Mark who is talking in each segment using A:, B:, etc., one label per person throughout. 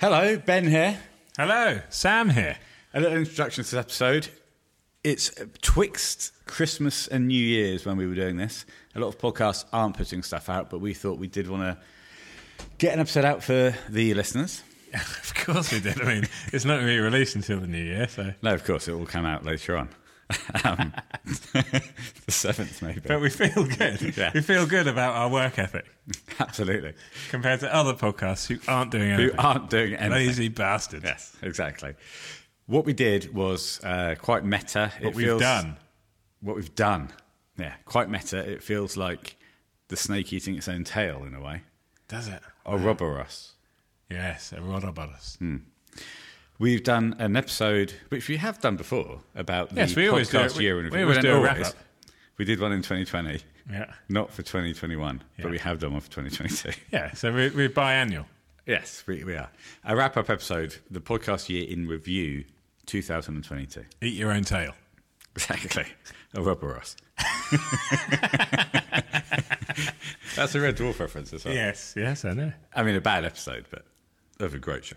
A: Hello, Ben here.
B: Hello, Sam here.
A: A little introduction to this episode. It's twixt Christmas and New Year's when we were doing this. A lot of podcasts aren't putting stuff out, but we thought we did want to get an episode out for the listeners.
B: of course we did. I mean, it's not going to be released until the new year, so.
A: No, of course, it will come out later on. um, the seventh, maybe.
B: But we feel good.
A: Yeah.
B: We feel good about our work ethic
A: Absolutely.
B: compared to other podcasts who aren't doing
A: Who
B: anything.
A: aren't doing anything.
B: Lazy bastards.
A: Yes, exactly. What we did was uh, quite meta. It
B: What we've
A: feels-
B: done.
A: What we've done. Yeah, quite meta. It feels like the snake eating its own tail in a way.
B: Does it?
A: Or Ouroboros.
B: Yes, a rod about us.
A: Hmm. We've done an episode, which we have done before, about the
B: Yes, we
A: podcast
B: always do it. We-
A: year in review.
B: we always
A: don't
B: do a wrap-up.
A: We did one in 2020,
B: Yeah.
A: not for 2021,
B: Yeah.
A: but we have done one for 2022.
B: Yeah, so we, we're biannual.
A: yes, we, we are. A wrap up episode, the podcast year in review 2022.
B: Eat your own tail.
A: Exactly. A Ouroboros. That's a Red Dwarf reference as well.
B: Yes, yes, I know.
A: I mean, a bad episode, but of a great show.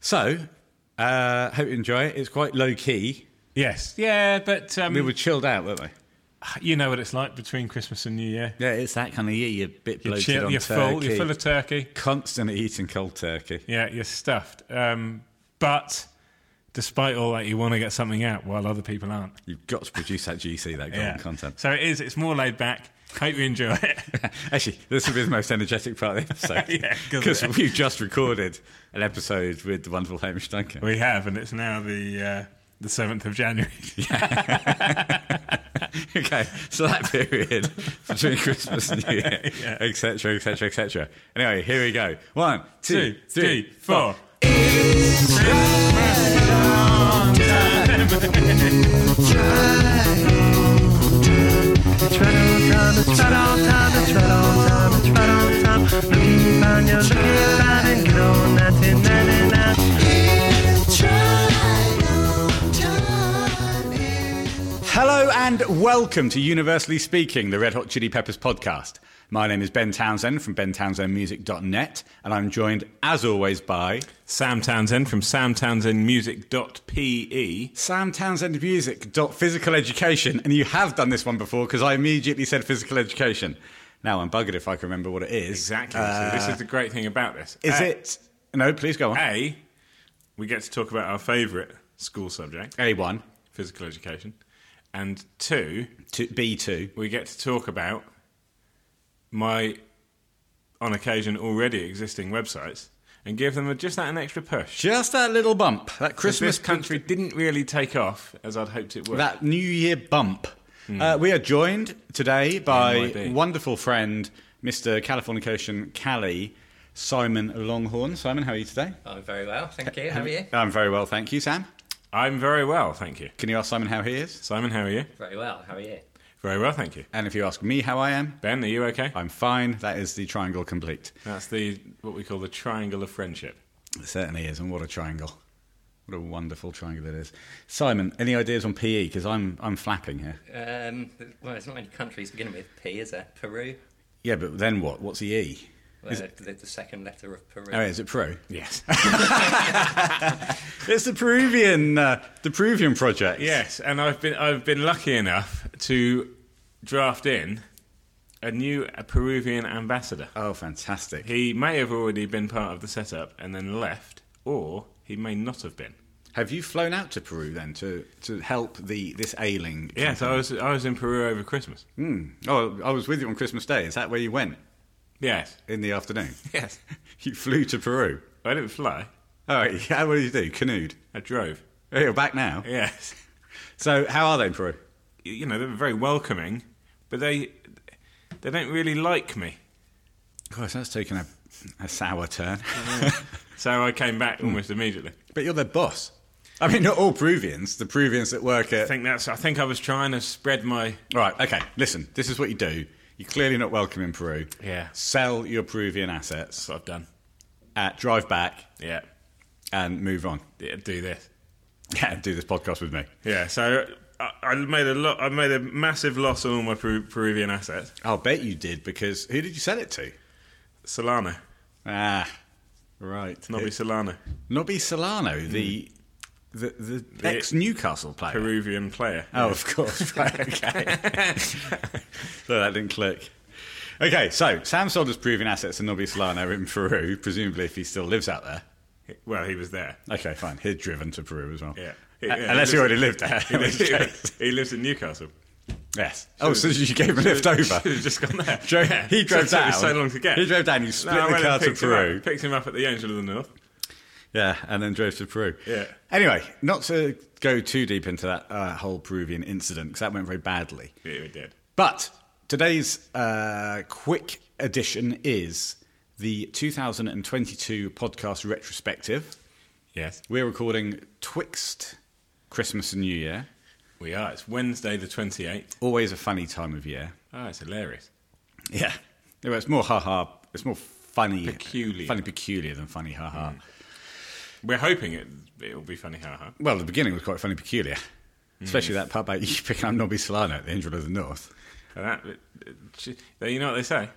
A: So, uh, hope you enjoy it. It's quite low key.
B: Yes, yeah, but um,
A: We were chilled out, weren't we?
B: you know what it's like between Christmas and New Year.
A: Yeah, it's that kind of year. You're a bit
B: You're,
A: bloated
B: chill-
A: on
B: you're
A: turkey.
B: full, you're full of turkey.
A: Constantly eating cold turkey.
B: Yeah, you're stuffed. Um, but despite all that, you want to get something out while other people aren't.
A: You've got to produce that GC, that golden
B: Yeah.
A: content.
B: So it is. It's more laid back. Hope you enjoy it.
A: Actually, this will be the most energetic part of the episode.
B: Yeah, 'cause of
A: because
B: it.
A: we've just recorded an episode with the wonderful Hamish Duncan.
B: we have, and it's now the uh, the seventh of January.
A: okay, so that period between Christmas and New Year,
B: Yeah.
A: etc., etc., etc. Anyway, here we go. One, two, three, four.
C: Tread on time, it's tread on time, it's tread on time, it's tread on time. Looking fine, you're looking fine, and good old 1999.
A: Hello and welcome to Universally Speaking, the Red Hot Chili Peppers podcast. My name is Ben Townsend from bentownsendmusic.net, and I'm joined, as always, by
B: Sam Townsend from samtownsendmusic.pe.
A: Sam Townsend Music. Physical Education. And you have done this one before because I immediately said physical education. Now I'm buggered if I can remember what it is.
B: Exactly.
A: Uh,
B: so this is the great thing about this.
A: is
B: A-
A: it? Uh, No, please go on.
B: A, we get to talk about our favourite school subject,
A: A1
B: physical education, and two,
A: to B2.
B: we get to talk about my, on occasion, already existing websites and give them just that an extra push.
A: Just that little bump, that Christmas
B: Christmas country didn't really take off as I'd hoped it would.
A: that New Year bump. Uh, we are joined today by
B: NYB.
A: wonderful friend, Mr. Californication Cali, Simon Longhorn. Simon, how are you today?
D: I'm Oh, very well, thank you. How are you?
A: I'm very well, thank you, Sam.
B: I'm very well, thank you.
A: Can you ask Simon how he is?
B: Simon, how are you?
D: Very well, how are you?
B: Very well, thank you.
A: And if you ask me how I am,
B: Ben, are you okay?
A: I'm fine. That is the triangle complete.
B: That's the what we call the triangle of friendship.
A: It certainly is, and what a triangle. What a wonderful triangle it is. Simon, any ideas on PE? Because I'm, I'm flapping here.
D: Um, well, there's not many countries beginning with P, is there? Peru?
A: Yeah, but then what? What's the E?
D: Well, the, the second letter of Peru.
A: Oh, is it Peru?
B: Yes.
A: It's the Peruvian, uh, the Peruvian project.
B: yes, and I've been I've been lucky enough to draft in a new Peruvian ambassador.
A: Oh, fantastic.
B: He may have already been part of the setup and then left, or he may not have been.
A: Have you flown out to Peru then to, to help the this ailing?
B: Yes, I was I was in Peru over Christmas.
A: Oh, I was with you on Christmas Day. Is that where you went
B: Yes.
A: in the afternoon?
B: Yes.
A: you flew to Peru.
B: I didn't fly.
A: All right. Yeah, what did you do? Canoed.
B: I drove.
A: Oh, You're back now.
B: Yes.
A: So, how are they in Peru?
B: you know, they're very welcoming, but they they don't really like me.
A: Gosh, that's taken a, a sour turn.
B: So I came back almost immediately.
A: but you're their boss. I mean, not all Peruvians. The Peruvians that work
B: I
A: at.
B: think that's I think I was trying to spread my
A: All right. Okay. Listen. This is what you do. You're clearly not welcome in Peru.
B: Yeah.
A: Sell your Peruvian assets.
B: what I've done.
A: Uh, drive back
B: Yeah.
A: and move on.
B: yeah do this.
A: Yeah. Do this podcast with me.
B: Yeah, so I, I made a lot I made a massive loss on all my Peru, Peruvian assets.
A: I'll bet you did because who did you sell it to?
B: Solana.
A: Ah, Right.
B: Nobby Solano,
A: Nobby Solano, the, the, the, ex Newcastle player.
B: Peruvian player.
A: Oh, of course. Right, okay. so that didn't click. Okay, so Sam Solders' proven assets and Nobby Solano in Peru, presumably if he still lives out there.
B: Well, he was there.
A: Okay, fine. He's driven to Peru as well.
B: Yeah.
A: A-
B: Yeah, he
A: Unless he
B: lives-
A: already lived there.
B: He
A: in
B: lives,
A: which case-
B: he lives in Newcastle.
A: yes. Oh, so you gave him a lift over.
B: He's just gone there.
A: Drove- He drove
B: so it
A: down.
B: took me so long to get.
A: He drove down. He split
B: No, I
A: the
B: went
A: car
B: and
A: to
B: picked him up-
A: Peru.
B: picked him up at the Angel of the North.
A: Yeah, and then drove to Peru.
B: Yeah.
A: Anyway, not to go too deep into that uh, whole Peruvian incident because that went very badly.
B: Yeah, we did.
A: But today's uh, quick edition is the 2022 podcast retrospective.
B: Yes.
A: We're recording twixt Christmas and New Year.
B: We are. It's Wednesday the 28th.
A: Always a funny time of year.
B: Ah, it's hilarious.
A: Yeah. Anyway, it's more haha. It's more funny,
B: Peculiar. Mm.
A: funny peculiar than funny haha.
B: We're hoping it, it'll be funny, haha.
A: Well, the beginning was quite funny peculiar,
B: Mm,
A: especially that part about you picking up Nobby Solano at the Angel of the North.
B: And that, it- it- tr- though you know what they say?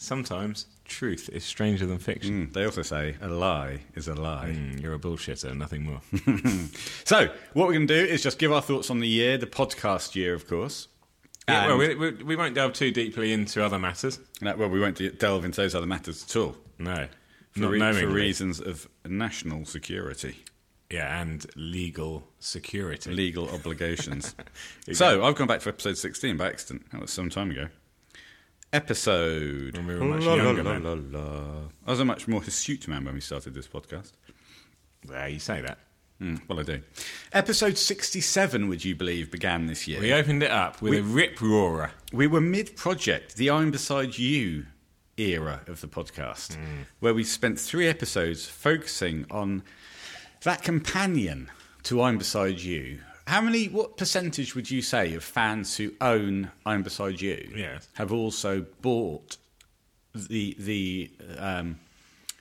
B: Sometimes truth is stranger than fiction.
A: Mm. They also say a lie is a lie.
B: Mm, you're a bullshitter, nothing more.
A: So, what we're going to do is just give our thoughts on the year, the podcast year, of course.
B: yeah,
A: And-
B: well, we, we, we won't delve too deeply into other matters.
A: No, uh, well, we won't de- delve into those other matters at all.
B: No.
A: For,
B: Not
A: re- for
B: knowingly.
A: reasons of national security,
B: Yeah, and legal security.
A: legal obligations. so, I've gone back to episode 16 by accident. That was some time ago. Episode.
B: When we were much
A: La, la,
B: younger,
A: la,
B: man.
A: la, la. I was a much more hirsute man when we started this podcast.
B: There, you say that.
A: Mm, well, I do. Episode 67, would you believe, began this year.
B: We opened it up with a rip roarer.
A: We were mid project, the I'm Beside You era of the podcast, where we spent three episodes focusing on that companion to I'm Beside You. How many, what percentage would you say of fans who own I'm Beside You
B: Yes.
A: have also bought the, the, um,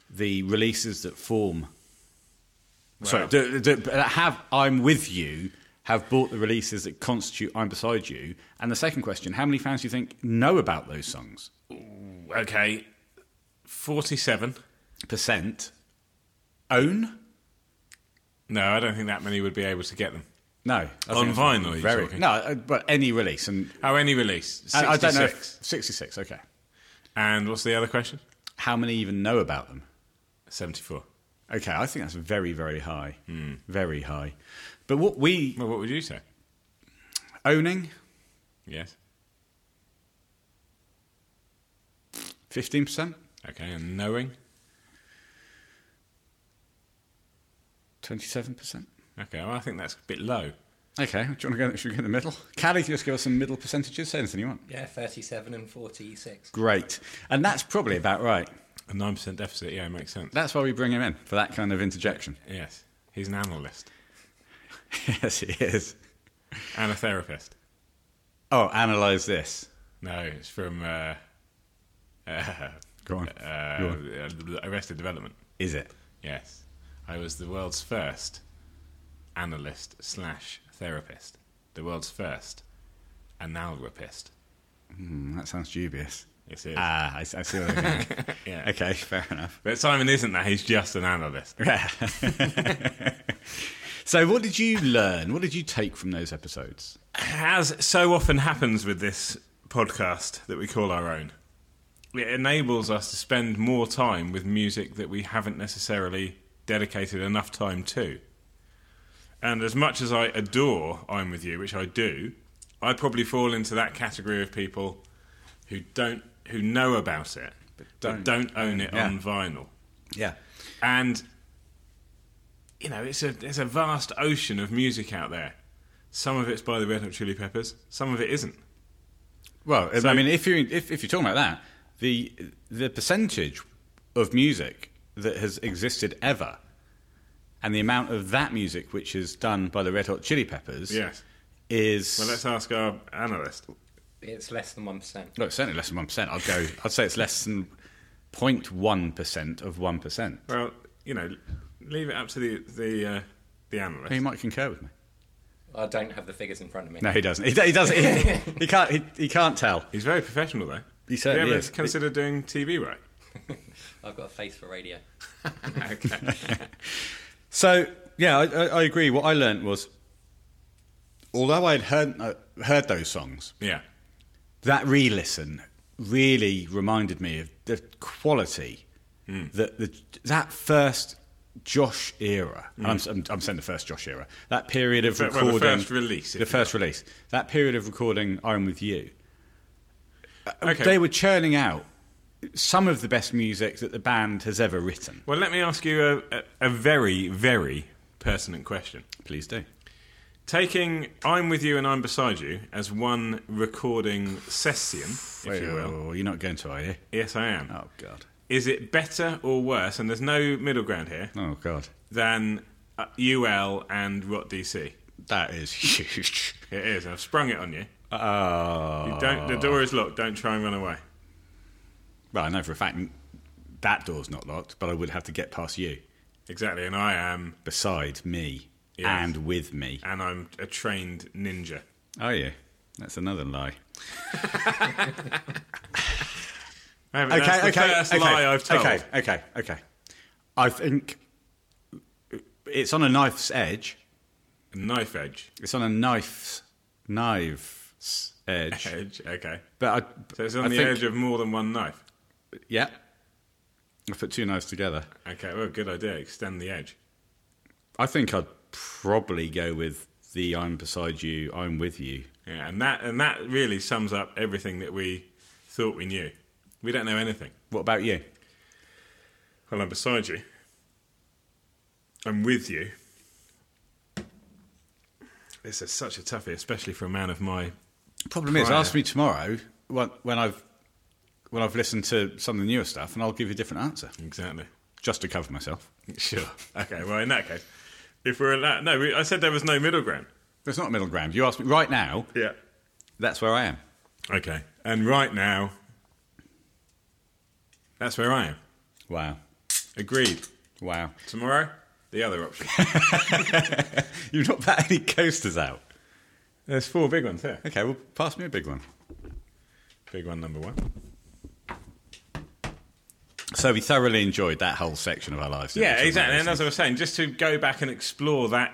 A: the releases that form? Sorry, d- d- d- have I'm with you have bought the releases that constitute I'm beside you? And the second question: How many fans do you think know about those songs?
B: Okay, 47.
A: Percent own?
B: No, I don't think that many would be able to get them.
A: No, I
B: On
A: think-
B: vinyl, you're
A: Very
B: talking?
A: no, uh, but any release and
B: Oh, any release.
A: I- I
B: 66.
A: don't know. if- Sixty-six. Okay.
B: And what's the other question?
A: How many even know about them?
B: 74.
A: Okay, I think that's very, very high.
B: Hmm.
A: Very high. But what we
B: Well, what would you say?
A: owning
B: Yes.
A: fifteen percent,
B: Okay, and knowing?
A: twenty-seven percent.
B: Okay, well, I think that's a bit low.
A: Okay, do you want to go? Should we go in the middle? Callie, can you just give us some middle percentages? Say anything you want.
D: Yeah, 37 and 46.
A: Great. And that's probably about right.
B: A 9% deficit, yeah, makes sense.
A: That's why we bring him in for that kind of interjection.
B: Yes. He's an analyst
A: yes, he is.
B: and a therapist.
A: Oh, analyse this.
B: No, it's from uh, uh,
A: Go on. Go
B: uh,
A: on.
B: Arrested Development.
A: Is it?
B: Yes. I was the world's first analyst slash therapist. The world's first analrapist.
A: Mm, that sounds dubious.
B: Yes, it is.
A: Ah, I, I see what you mean.
B: yeah.
A: okay, fair enough.
B: But Simon isn't that. He's just an analyst.
A: So, what did you learn? What did you take from those episodes?
B: As so often happens with this podcast that we call our own, it enables us to spend more time with music that we haven't necessarily dedicated enough time to. And as much as I adore I'm With You, which I do, I probably fall into that category of people who don't who know about it but
A: don't.
B: don't, own it
A: Yeah.
B: on vinyl.
A: Yeah.
B: And you know, it's a it's a vast ocean of music out there. Some of it's by the Red Hot Chili Peppers, some of it isn't.
A: Well, I
B: So-
A: mean, if you if, if you're talking about that, the the percentage of music that has existed ever, and the amount of that music which is done by the Red Hot Chili Peppers,
B: Yes.
A: is
B: Well, let's ask our analyst.
D: It's less than 1%.
A: No, it's certainly less than one percent. I'd go. I'd say it's less than 0.1 percent of one percent.
B: Well, you know, leave it up to the the uh, the analyst.
A: He might concur with me.
D: I don't have the figures in front of me.
A: No, he doesn't. He, he doesn't. He, he can't. He, he can't tell.
B: He's very professional, though.
A: He certainly
B: Have you ever
A: is.
B: considered doing TV work?
D: I've got a face for radio.
B: okay.
A: So yeah, I, I, I agree. What I learnt was, although I'd heard uh, heard those songs,
B: Yeah.
A: that re-listen really reminded me of the quality that the, that first Josh era. And I'm, I'm, I'm saying the first Josh era. That period of
B: fir- well, the
A: recording,
B: first release,
A: the
B: if you
A: first release. That period of recording, I'm with you. Uh,
B: Okay.
A: They were churning out some of the best music that the band has ever written.
B: Well, let me ask you a, a, a very, very pertinent question.
A: Please do.
B: Taking I'm With You and I'm Beside You as one recording session, if you will.
A: are not going to, are you?
B: Yes, I am.
A: Oh God.
B: Is it better or worse, and there's no middle ground here,
A: Oh God.
B: than uh, UL and Rot DC?
A: That is huge.
B: It is. I've sprung it on you.
A: Oh.
B: You don't, the door is locked. Don't try and run away.
A: Well, I know for a fact that door's not locked, but I would have to get past you,
B: Exactly. And I am,
A: beside me,
B: Yes.
A: and with me.
B: and I'm a trained ninja.
A: Are you? That's another lie.
B: I haven't- that's the first lie I've told.
A: okay, okay, okay. I think it's on a knife's edge.
B: Knife edge.
A: It's on a knife's knife's edge.
B: Edge. Okay.
A: But I,
B: So it's on
A: I
B: the
A: think-
B: edge of more than one knife.
A: Yeah, I put two knives together.
B: Okay. Well, good idea. Extend the edge.
A: I think I'd probably go with the "I'm beside you, I'm with you."
B: Yeah, and that and that really sums up everything that we thought we knew. We don't know anything.
A: What about you?
B: Well, I'm beside you. I'm with you. This is such a toughie, especially for a man of my.
A: Problem is,
B: prior.
A: ask me tomorrow when, when I've when I've listened to some of the newer stuff, and I'll give you a different answer
B: Exactly.
A: just to cover myself.
B: Sure. Okay. Well, in that case, if we're in that, no, we, I said there was no middle ground.
A: There's not a middle ground. You ask me right now.
B: Yeah.
A: That's where I am.
B: Okay. And right now, that's where I am.
A: Wow,
B: Agreed.
A: wow.
B: Tomorrow, the other option.
A: You've not put any coasters out.
B: There's four big ones here.
A: Okay, well, pass me a big one.
B: Big one number one.
A: So we thoroughly enjoyed that whole section of our lives. didn't we,
B: Yeah,
A: talking about
B: exactly.
A: these
B: And as I was saying, just to go back and explore that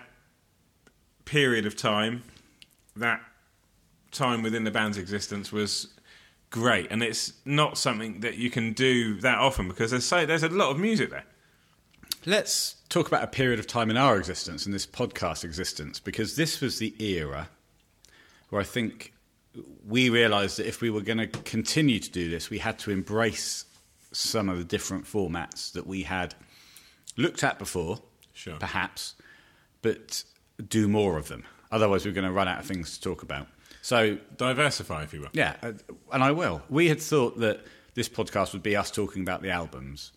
B: period of time, that time within the band's existence was great, and it's not something that you can do that often because there's so there's a lot of music there.
A: Let's talk about a period of time in our existence, in this podcast existence, because this was the era where I think we realised that if we were going to continue to do this, we had to embrace some of the different formats that we had looked at before,
B: Sure.
A: perhaps, but do more of them. Otherwise, we're going to run out of things to talk about. So
B: Diversify, if you will.
A: yeah, uh, and I will. We had thought that this podcast would be us talking about the albums,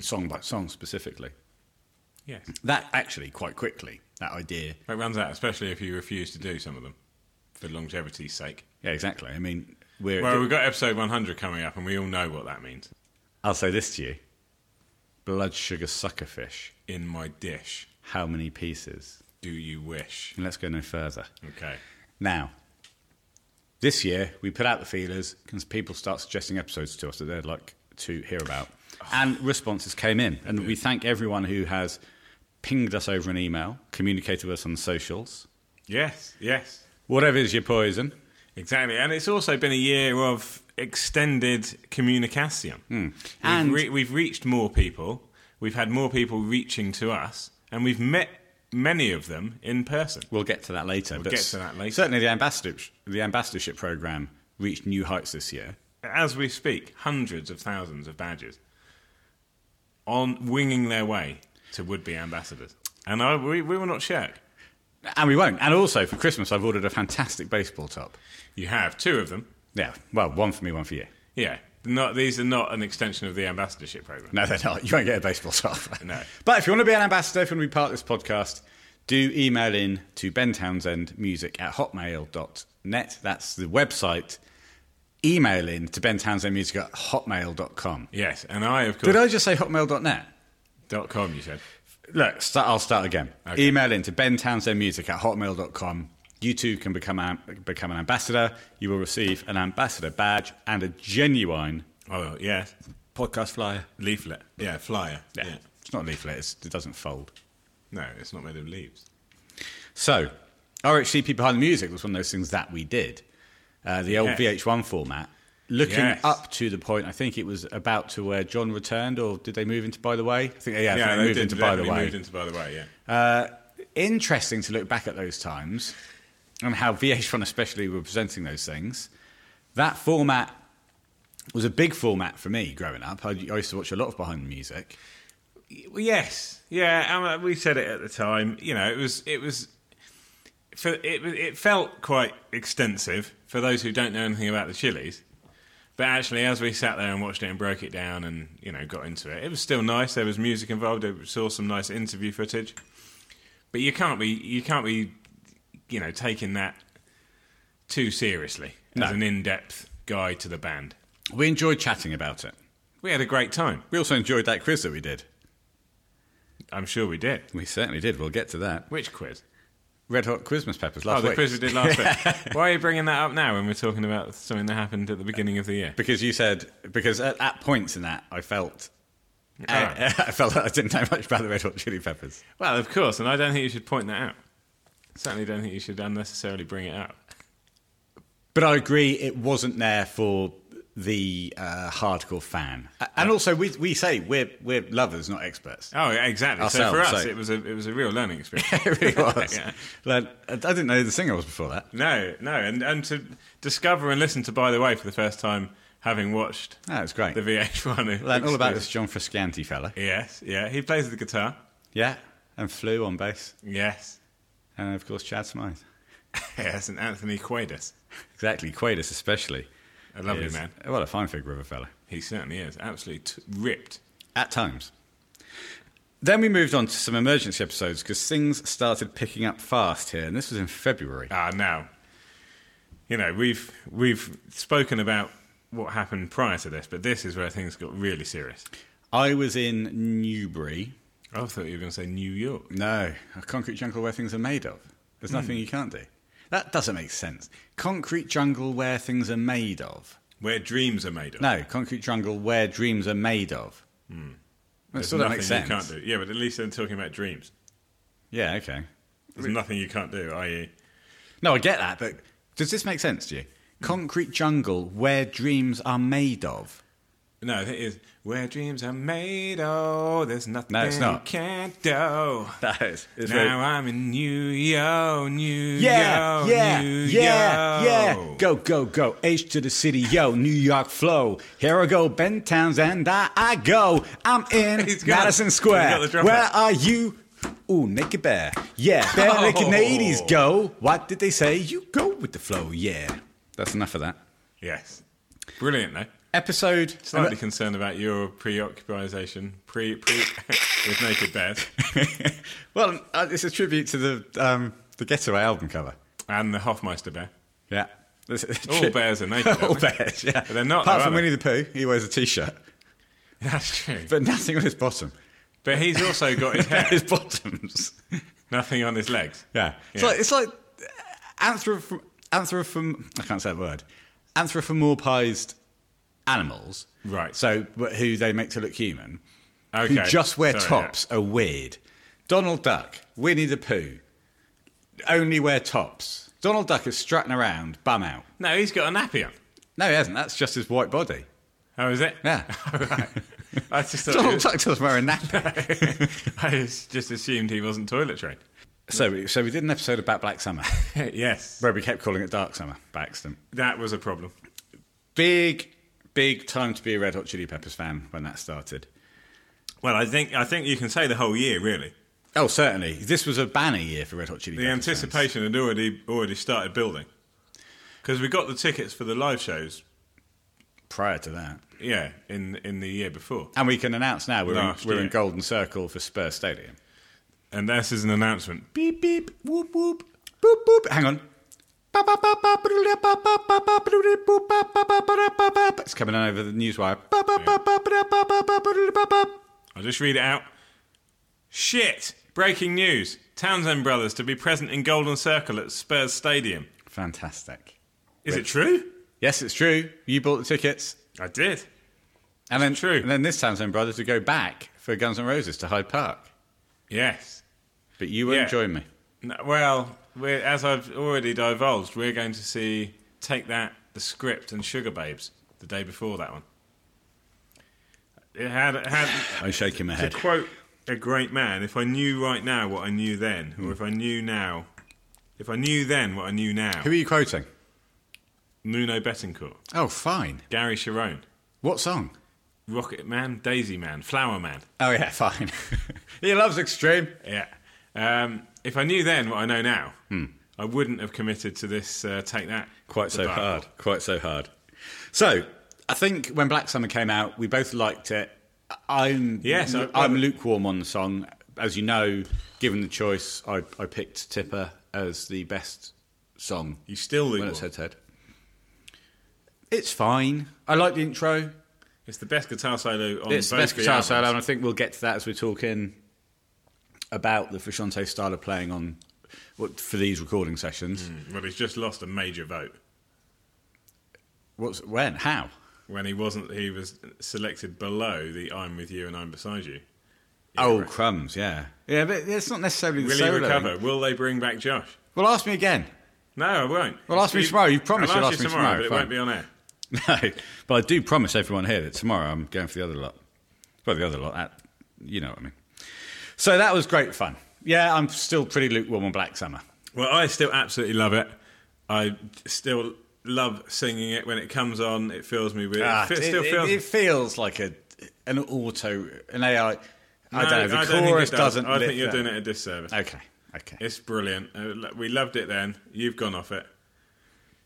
A: song by song specifically.
B: Yes,
A: That actually, quite quickly, that idea.
B: it runs out, especially if you refuse to do some of them for longevity's sake.
A: Yeah, exactly. I mean, we're.
B: Well, we've got episode 100 coming up, and we all know what that means.
A: I'll say this to you Blood Sugar Suckerfish,
B: In my dish,
A: how many pieces?
B: do you wish?
A: And let's go no further.
B: Okay.
A: Now, this year, we put out the feelers because people start suggesting episodes to us that they'd like to hear about. And responses came in. And we thank everyone who has pinged us over an email, communicated with us on the socials.
B: Yes, yes.
A: Whatever is your poison.
B: Exactly, and it's also been a year of extended communication.
A: Hmm.
B: We've,
A: And-
B: re- we've reached more people. We've had more people reaching to us, and we've met many of them in person.
A: We'll get to that later. We'll
B: get to that later.
A: Certainly, the ambassadorship, the ambassadorship program reached new heights this year.
B: As we speak, hundreds of thousands of badges on winging their way to would-be ambassadors, and I, we, we will not shirk.
A: And we won't. And also, for Christmas, I've ordered a fantastic baseball top.
B: You have two of them.
A: Yeah, well, one for me, one for you.
B: Yeah, not, these are not an extension of the ambassadorship program.
A: No, they're not. You won't get a baseball top.
B: No.
A: But if you want to be an ambassador, if you want to be part of this podcast, do email in to Ben Townsend Music at hotmail.net. That's the website. Email in to Ben Townsend Music at hotmail.com.
B: Yes, and I of
A: Did
B: course
A: I just say hotmail.net?
B: dot com. You said.
A: Look, start, I'll start again.
B: Okay.
A: Email in to Ben Townsend Music at hotmail.com. You too can become, an become an ambassador. You will receive an ambassador badge and a genuine
B: Oh yes.
A: Podcast flyer.
B: Leaflet. Yeah, flyer.
A: Yeah. It's not a leaflet, it's, it doesn't fold.
B: No, it's not made of leaves.
A: So, RHCP Behind the Music was one of those things that we did. Uh, the old
B: Yes.
A: VH1 format. Looking
B: Yes.
A: up to the point, I think it was about to where John returned, or did they move into By the Way? I think, yeah, I think they, moved
B: did
A: into By the
B: definitely
A: Way.
B: Moved into by the way, yeah.
A: interesting to look back at those times and how VH1 especially were presenting those things. That format was a big format for me growing up. I, I used to watch a lot of behind the music.
B: Well, yes, yeah. um, uh, we said it at the time. You know, it was it was for it. was- It felt quite extensive for those who don't know anything about the Chili's. But actually, as we sat there and watched it and broke it down and you know got into it, it was still nice. There was music involved. I saw some nice interview footage. But you can't be you can't be you know taking that too seriously as an in-depth guide to the band.
A: We enjoyed chatting about it.
B: We had a great time.
A: We also enjoyed that quiz that we did.
B: I'm sure we did.
A: We certainly did. We'll get to that.
B: Which quiz?
A: Red Hot Christmas Peppers
B: Oh,
A: last
B: the
A: week.
B: quiz we did last week. Why are you bringing that up now when we're talking about something that happened at the beginning of the year?
A: Because you said, because at, at points in that, I felt. I,
B: Alright.
A: I felt like I didn't know much about the Red Hot Chili Peppers.
B: Well, of course, and I don't think you should point that out. Certainly don't think you should unnecessarily bring it up.
A: But I agree, it wasn't there for the uh, hardcore fan.
B: Uh,
A: A- And also, we, we say we're, we're lovers, not experts.
B: Oh, yeah, exactly. so for
A: Ourselves,
B: us,
A: so-
B: it was a it was a real learning experience.
A: it really was.
B: Yeah.
A: Like, I I didn't know who the singer was before that.
B: no, no, and and to discover and listen to, by the way, for the first time, having watched
A: That was great.
B: the VH1.
A: Learned all about this
B: experience.
A: John Frusciante fella.
B: Yes, yeah, he plays the guitar.
A: Yeah. And Flew on bass.
B: Yes,
A: And of course, Chad Smythe.
B: yes, and Anthony Quaidus,
A: Exactly. Quaidus, especially.
B: a lovely
A: is-
B: man.
A: Well, a fine figure of a fella.
B: He certainly is. Absolutely t- ripped.
A: At times. Then we moved on to some emergency episodes because things started picking up fast here. And this was in February.
B: Ah, now, you know we've we've spoken about what happened prior to this, but this is where things got really serious.
A: I was in Newbury.
B: I thought you were going to say New York.
A: No, a concrete jungle where things are made of. There's nothing
B: Hmm.
A: you can't do. That doesn't make sense. Concrete jungle where things are made of.
B: Where dreams are made of.
A: No, concrete jungle where dreams are made of. That
B: Hmm. There's
A: still
B: nothing
A: doesn't make sense.
B: you can't do. Yeah, but at least they're talking about dreams.
A: Yeah, okay.
B: There's nothing you can't do, i.e.,
A: No, I get that, but does this make sense to you?
B: Hmm.
A: Concrete jungle where dreams are made of.
B: no. It is where dreams are made. Oh, there's nothing
A: No, it's not.
B: you can't do.
A: That is.
B: now I'm in New York, New
A: yeah,
B: York,
A: yeah,
B: New
A: yeah, yeah.
B: York.
A: Go, go, go. H to the city, yo. New York flow. Here I go, Ben Towns, and I, I go. I'm in
B: He's got-
A: Madison
B: he's got
A: Square.
B: the trumpet.
A: Where are you? Ooh, naked bear. Yeah, bear
B: Oh.
A: naked ladies go. What did they say? You go with the flow. Yeah. That's enough of that.
B: Yes, brilliant though.
A: Episode.
B: Slightly concerned about your preoccupation, pre, pre with naked bears,
A: well, uh, it's a tribute to the um, the Getaway album cover.
B: and the Hofmeister bear.
A: Yeah.
B: All bears are naked.
A: All
B: aren't they?
A: bears, yeah.
B: But they're not,
A: Apart
B: though,
A: from
B: are
A: Winnie
B: they?
A: the Pooh, he wears a t shirt,
B: That's true. But,
A: but nothing on his bottom.
B: he's also got his hair,
A: his bottoms.
B: nothing on his legs.
A: Yeah. It's
B: Yeah.
A: like, it's like anthropom- anthropom- I can't say the word. Anthropomorphized animals.
B: Right.
A: So, but who they make to look human. Who
B: Okay,
A: just wear
B: sorry, yeah.
A: tops are weird. Donald Duck, Winnie the Pooh, only wear tops. Donald Duck is strutting around, bum out.
B: No, he's got a nappy on.
A: No, he hasn't. That's just his white body.
B: Oh, is it?
A: Yeah.
B: I just thought. he
A: Donald
B: was-
A: Duck doesn't wear a nappy.
B: I just just assumed he wasn't toilet trained.
A: so, we- so we did an episode about Black Summer,
B: yes,
A: where we kept calling it Dark Summer by accident.
B: that was a problem.
A: Big, big time to be a Red Hot Chili Peppers fan when that started.
B: Well, I think I think you can say the whole year really.
A: Oh, certainly. This was a banner year for Red Hot Chili
B: The
A: Peppers. fans.
B: anticipation had already already started building because we got the tickets for the live shows.
A: prior to that.
B: Yeah, in in the year before.
A: And we can announce now we're, in,
B: Last
A: we're in
B: year.
A: Golden Circle for Spurs Stadium.
B: And this is an announcement.
A: Beep, beep, whoop, whoop, boop, boop. Hang on. It's coming on over the newswire.
B: I'll just read it out. Shit! Breaking news. Townsend brothers to be present in Golden Circle at Spurs Stadium.
A: Fantastic.
B: Is it true?
A: Yes, it's true. You bought the tickets.
B: I did.
A: And then,
B: true.
A: And then this Townsend Brothers would go back for Guns N' Roses to Hyde Park.
B: Yes.
A: But you won't
B: Yeah.
A: join me.
B: No, well, we're, as I've already divulged, we're going to see Take That, The Script, and Sugar Babes the day before that one. It had, it had
A: I'm shaking my
B: to
A: head.
B: quote a great man, if I knew right now what I knew then,
A: Hmm.
B: or if I knew now, if I knew then what I knew now,
A: Who are you quoting?
B: Nuno Betancourt,
A: Oh, fine.
B: Gary Sharon,
A: What song?
B: Rocket Man, Daisy Man, Flower Man.
A: Oh, yeah, fine. he loves extreme.
B: Yeah. Um, if I knew then what I know now, I wouldn't have committed to this uh, Take That.
A: Hmm. Quite so
B: debacle.
A: hard. Quite so hard. So, I think when Black Summer came out, we both liked it. I'm
B: Yes, I-
A: I'm lukewarm on the song. As you know, given the choice, I, I picked Tipper as the best song
B: You still
A: when
B: lose.
A: it's
B: It's,
A: head to head. It's fine. I like the intro.
B: the best guitar solo on
A: It's the
B: both
A: best
B: the
A: guitar
B: albums.
A: solo, and I think we'll get to that as we're talking about the Frusciante style of playing on what, for these recording sessions.
B: Well, he's just lost a major vote
A: What's when? How?
B: when he wasn't. He was selected below the "I'm with you" and "I'm beside you."
A: oh, crumbs! Yeah, yeah, but it's not necessarily the
B: Will
A: solo.
B: he recover? Will they bring back Josh?
A: Well, ask me again.
B: No, I won't.
A: Well, ask me tomorrow. You promised
B: I'll
A: you'll
B: ask
A: ask
B: you
A: me
B: tomorrow,
A: tomorrow,
B: but it
A: fine.
B: won't be on air.
A: No, but I do promise everyone here that tomorrow I'm going for the other lot. Well, the other lot, that, you know what I mean. So that was great fun. Yeah, I'm still pretty lukewarm on Black Summer.
B: Well, I still absolutely love it. I still love singing it when it comes on. It fills me with.
A: Ah,
B: it, fe- still
A: it,
B: fills.
A: it- it feels like a an auto an AI. I
B: No,
A: don't know. The
B: think it
A: chorus
B: does.
A: doesn't.
B: I think
A: lift
B: you're
A: up.
B: doing it a disservice.
A: Okay. Okay.
B: It's brilliant. Uh, lo- We loved it then. You've gone off it.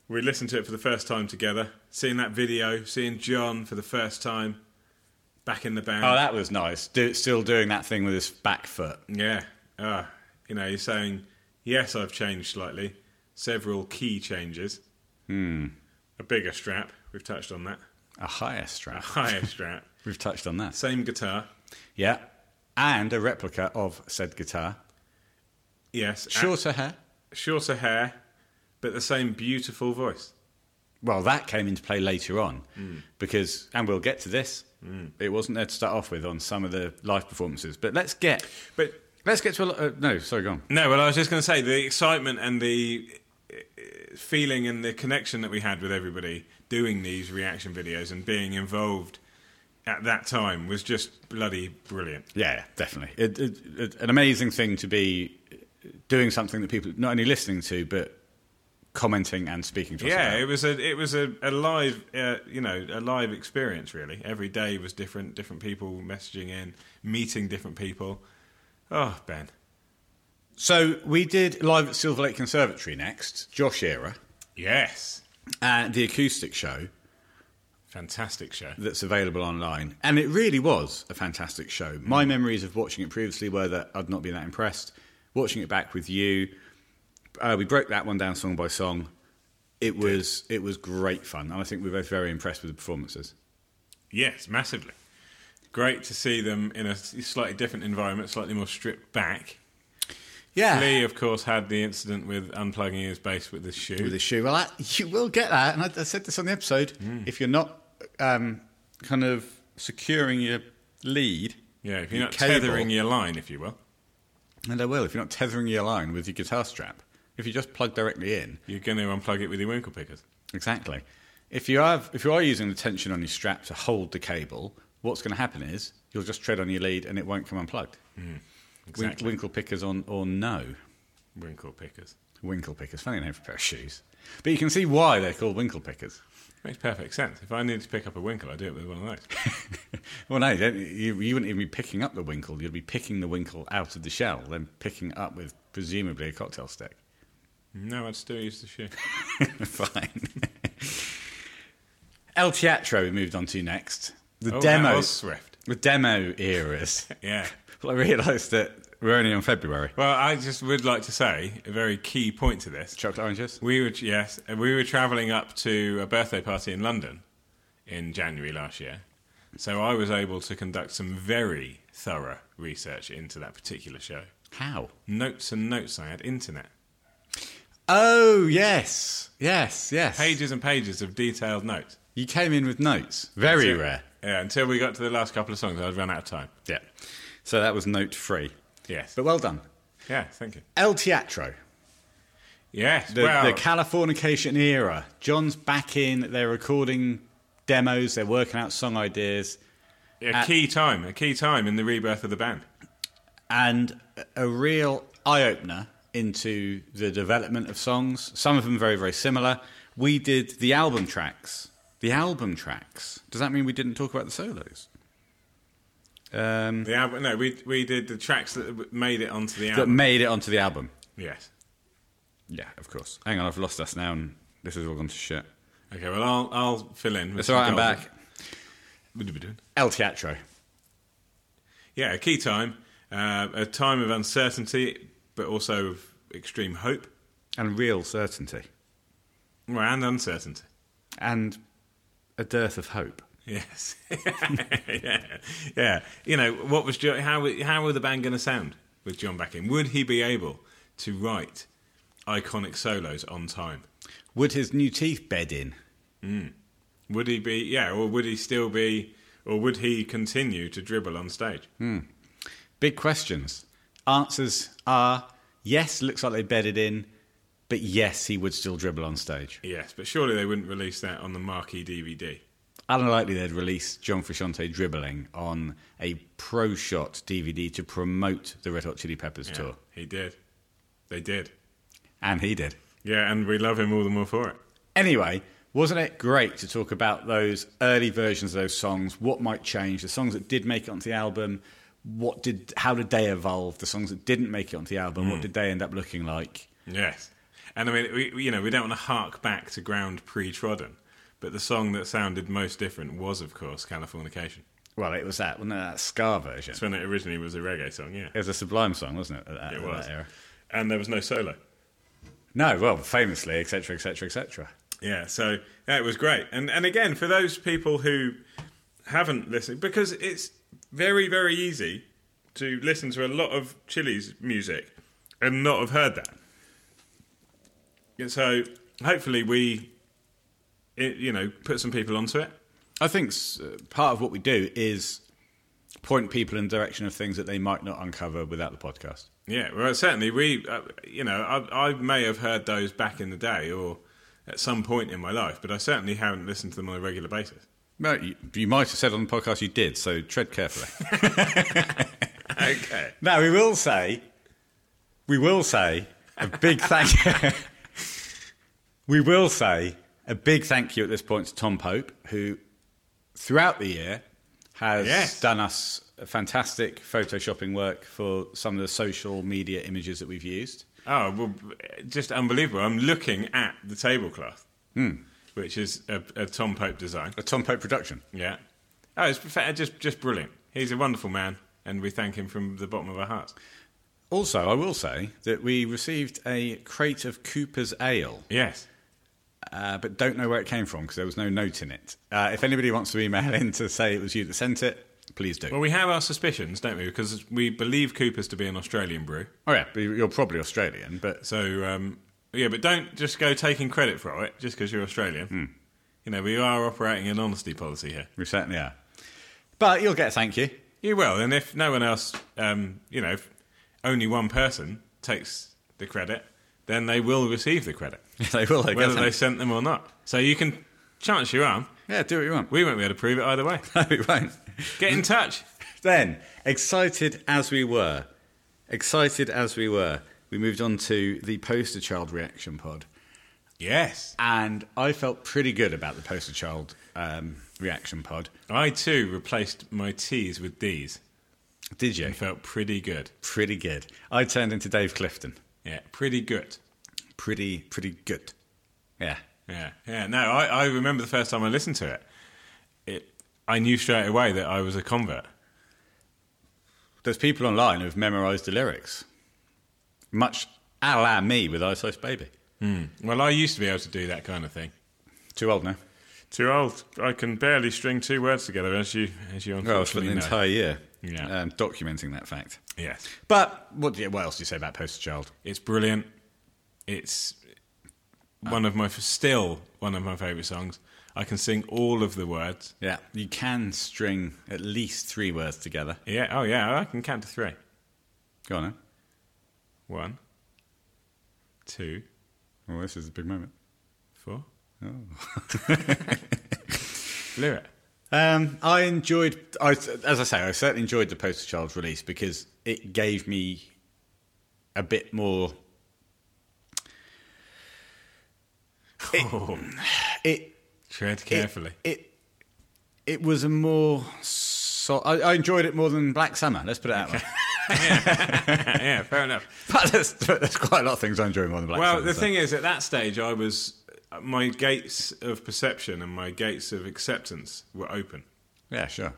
B: We listened to it for the first time together. Seeing that video, seeing John for the first time back in the band.
A: Oh, that was nice. Do, still doing that thing with his back foot.
B: yeah. Ah, you know, you're saying, yes, I've changed slightly. Several key changes. Hmm. A bigger strap. We've touched on that.
A: A higher strap.
B: Higher strap.
A: We've touched on that.
B: Same guitar.
A: Yeah. And a replica of said guitar.
B: Ah. Yes.
A: Shorter hair.
B: A- shorter hair, but the same beautiful voice.
A: Well, that came into play later on
B: Hmm.
A: because, and we'll get to this. It wasn't there to start off with on some of the live performances, but let's get,
B: But
A: let's get to a. lo- Uh, no, sorry, go on.
B: No, well, I was just going to say the excitement and the uh, feeling and the connection that we had with everybody doing these reaction videos and being involved at that time was just bloody brilliant.
A: Yeah, yeah, definitely. It, it, it, an amazing thing to be doing something that people not only listening to but commenting and speaking to. us
B: Yeah,
A: about.
B: it was a it was a, a live uh, you know a live experience really. Every day was different, different people messaging in, meeting different people. Oh, Ben,
A: So we did live at Silver Lake Conservatory next, Josh Era,
B: yes,
A: uh, the acoustic show
B: fantastic show.
A: that's available online, and it really was a fantastic show. My memories of watching it previously were that I'd not been that impressed. Watching it back with you, uh, we broke that one down song by song. It was it was great fun, and I think we were both very impressed with the performances.
B: Yes, massively. Great to see them in a s- slightly different environment, slightly more stripped back.
A: Yeah,
B: Lee, of course, had the incident with unplugging his bass with his shoe.
A: with the shoe. Well, that, you will get that. And I, I said this on the episode.
B: Mm.
A: If you're not um, kind of securing your lead,
B: yeah, if you're not
A: cable-
B: tethering your line, if you will,
A: and I will, if you're not tethering your line with your guitar strap, if you just plug directly in,
B: you're going to unplug it with your winkle pickers.
A: exactly. If you have, if you are using the tension on your strap to hold the cable, what's going to happen is you'll just tread on your lead and it won't come unplugged.
B: Exactly.
A: Wink, winkle pickers on or no.
B: winkle pickers.
A: Winkle pickers, funny name for a pair of shoes. But you can see why they're called winkle pickers.
B: Makes perfect sense. If I need to pick up a winkle, I do it with one of those.
A: Well, no, you, don't, you, you wouldn't even be picking up the winkle. You'd be picking the winkle out of the shell, then picking it up with presumably a cocktail stick.
B: no, I'd still use the shoe.
A: Fine. El Teatro we moved on to next. The
B: Oh, that
A: demo.
B: was swift.
A: The demo eras.
B: Yeah.
A: well, I realised that we're only on February.
B: Well, I just would like to say a very key point to this.
A: Chocolate oranges?
B: We were yes, we were travelling up to a birthday party in London in January last year, so I was able to conduct some very thorough research into that particular show.
A: How?
B: Notes and notes I had, internet
A: Oh, yes. Yes, yes.
B: pages and pages of detailed notes.
A: You came in with notes. Very
B: So-
A: rare.
B: Yeah, until we got to the last couple of songs, I'd run out of time.
A: Yeah. So that was note three.
B: Yes.
A: But well done.
B: yeah, thank you.
A: El Teatro.
B: Yes.
A: The,
B: well,
A: the Californication era. John's back in. They're recording demos. They're working out song ideas.
B: a key time, a key time in the rebirth of the band.
A: and a real eye opener into the development of songs. Some of them very, very similar. We did the album tracks. The album tracks. Does that mean we didn't talk about the solos? Um,
B: The album. No, we we did the tracks that w- made it onto the
A: that
B: album.
A: made it onto the album.
B: yes.
A: Yeah, of course. Hang on, I've lost us now, and this has all gone to shit.
B: Okay. Well, I'll I'll fill in. with
A: It's all right, I'm
B: some goals.
A: back.
B: What did we do?
A: El Teatro.
B: Yeah, a key time, uh, a time of uncertainty, but also of extreme hope
A: And real certainty.
B: Well, and uncertainty.
A: And a dearth of hope.
B: Yes. yeah. yeah. You know, what was jo- how how were the band going to sound with John back in? Would he be able to write iconic solos on time?
A: Would his new teeth bed in?
B: Would he be yeah, or would he still be or would he continue to dribble on stage?
A: Big questions. Answers are yes, looks like they bedded in, but yes, he would still dribble on stage.
B: Yes, but surely they wouldn't release that on the marquee DVD.
A: Unlikely they'd release John Frusciante dribbling on a pro shot DVD to promote the Red Hot Chili Peppers
B: Yeah,
A: tour.
B: He did. They did.
A: And he did.
B: Yeah, and we love him all the more for it.
A: Anyway, wasn't it great to talk about those early versions of those songs? What might change? The songs that did make it onto the album, what did, how did they evolve? The songs that didn't make it onto the album, what did they end up looking like?
B: Yes, and I mean, we, we- you know, we don't want to hark back to ground pre-trodden, but the song that sounded most different was, of course, "Californication."
A: Well, it was that, wasn't it? That Scar version.
B: It's when it originally was a reggae song, yeah.
A: It was a Sublime song, wasn't it? at that-
B: It
A: at
B: was,
A: that era?
B: and there was no solo.
A: No, well, famously, etc., etc., etc.
B: Yeah, so yeah, it was great, and and again for those people who haven't listened, because it's very very easy to listen to a lot of Chili's music and not have heard that. And so hopefully we, it, you know, put some people onto it.
A: I think s- uh, part of what we do is point people in the direction of things that they might not uncover without the podcast.
B: Yeah, well, certainly we, uh, you know, I, I may have heard those back in the day or at some point in my life, but I certainly haven't listened to them on a regular basis.
A: Well, you, you might have said on the podcast you did, so tread carefully.
B: Okay.
A: now, we will say, we will say a big thank you. we will say a big thank you at this point to Tom Pope, who throughout the year has
B: Yes.
A: done us fantastic photoshopping work for some of the social media images that we've used.
B: Oh, well, just unbelievable. I'm looking at the tablecloth, which is a, a Tom Pope design.
A: A Tom Pope production.
B: Yeah. Oh, it's perfect. just just brilliant. He's a wonderful man, and we thank him from the bottom of our hearts.
A: Also, I will say that we received a crate of Cooper's Ale,
B: Yes.
A: uh, but don't know where it came from because there was no note in it. Uh, if anybody wants to email in to say it was you that sent it, please do.
B: Well, we have our suspicions, don't we? Because we believe Cooper's to be an Australian brew.
A: oh, yeah, but you're probably Australian, but
B: So um, yeah, but don't just go taking credit for it just because you're Australian. You know, we are operating an honesty policy here.
A: we certainly are. But you'll get a thank you.
B: You will, and if no one else, um, you know, if only one person takes the credit, then they will receive the credit,
A: they will. They get a
B: whether they
A: thank-
B: sent them or not. So you can chance your arm.
A: yeah, do what you want.
B: We won't be able to prove it either way.
A: no, we won't.
B: Get in touch.
A: Then, excited as we were, excited as we were, we moved on to the poster child reaction pod.
B: Yes,
A: and I felt pretty good about the poster child um, reaction pod.
B: I too replaced my T's with D's.
A: Did you?
B: It felt pretty good.
A: Pretty good. I turned into Dave Clifton.
B: Yeah, pretty good.
A: Pretty, pretty good. Yeah.
B: Yeah, yeah. No, I, I remember the first time I listened to it. It, I knew straight away that I was a convert.
A: There's people online who've memorised the lyrics, much a la me with Ice Ice Baby.
B: Well, I used to be able to do that kind of thing.
A: Too old now.
B: Too old. I can barely string two words together, as you, as you
A: Well, for the
B: unfortunately know.
A: entire year.
B: Yeah.
A: Um, documenting that fact.
B: yes,
A: But what, do you- what else do you say about poster child?
B: it's brilliant. It's one of my still one of my favourite songs. I can sing all of the words.
A: Yeah, you can string at least three words together.
B: Yeah. Oh, yeah. I can count to three.
A: Go on. Then.
B: One, two,
A: Well, Oh, this is a big moment.
B: four.
A: Oh.
B: Blew it.
A: Um, I enjoyed, I, as I say, I certainly enjoyed the Poster Child's release because it gave me a bit more.
B: Oh,
A: It
B: tread
A: it-
B: carefully.
A: It it, was a more. So, I, I enjoyed it more than Black Summer. Let's put it that way.
B: yeah, fair enough.
A: but there's, there's quite a lot of things I enjoy more than Black
B: Well,
A: Summer.
B: the
A: so-
B: thing is, at that stage, I was my gates of perception and my gates of acceptance were open,
A: yeah, sure.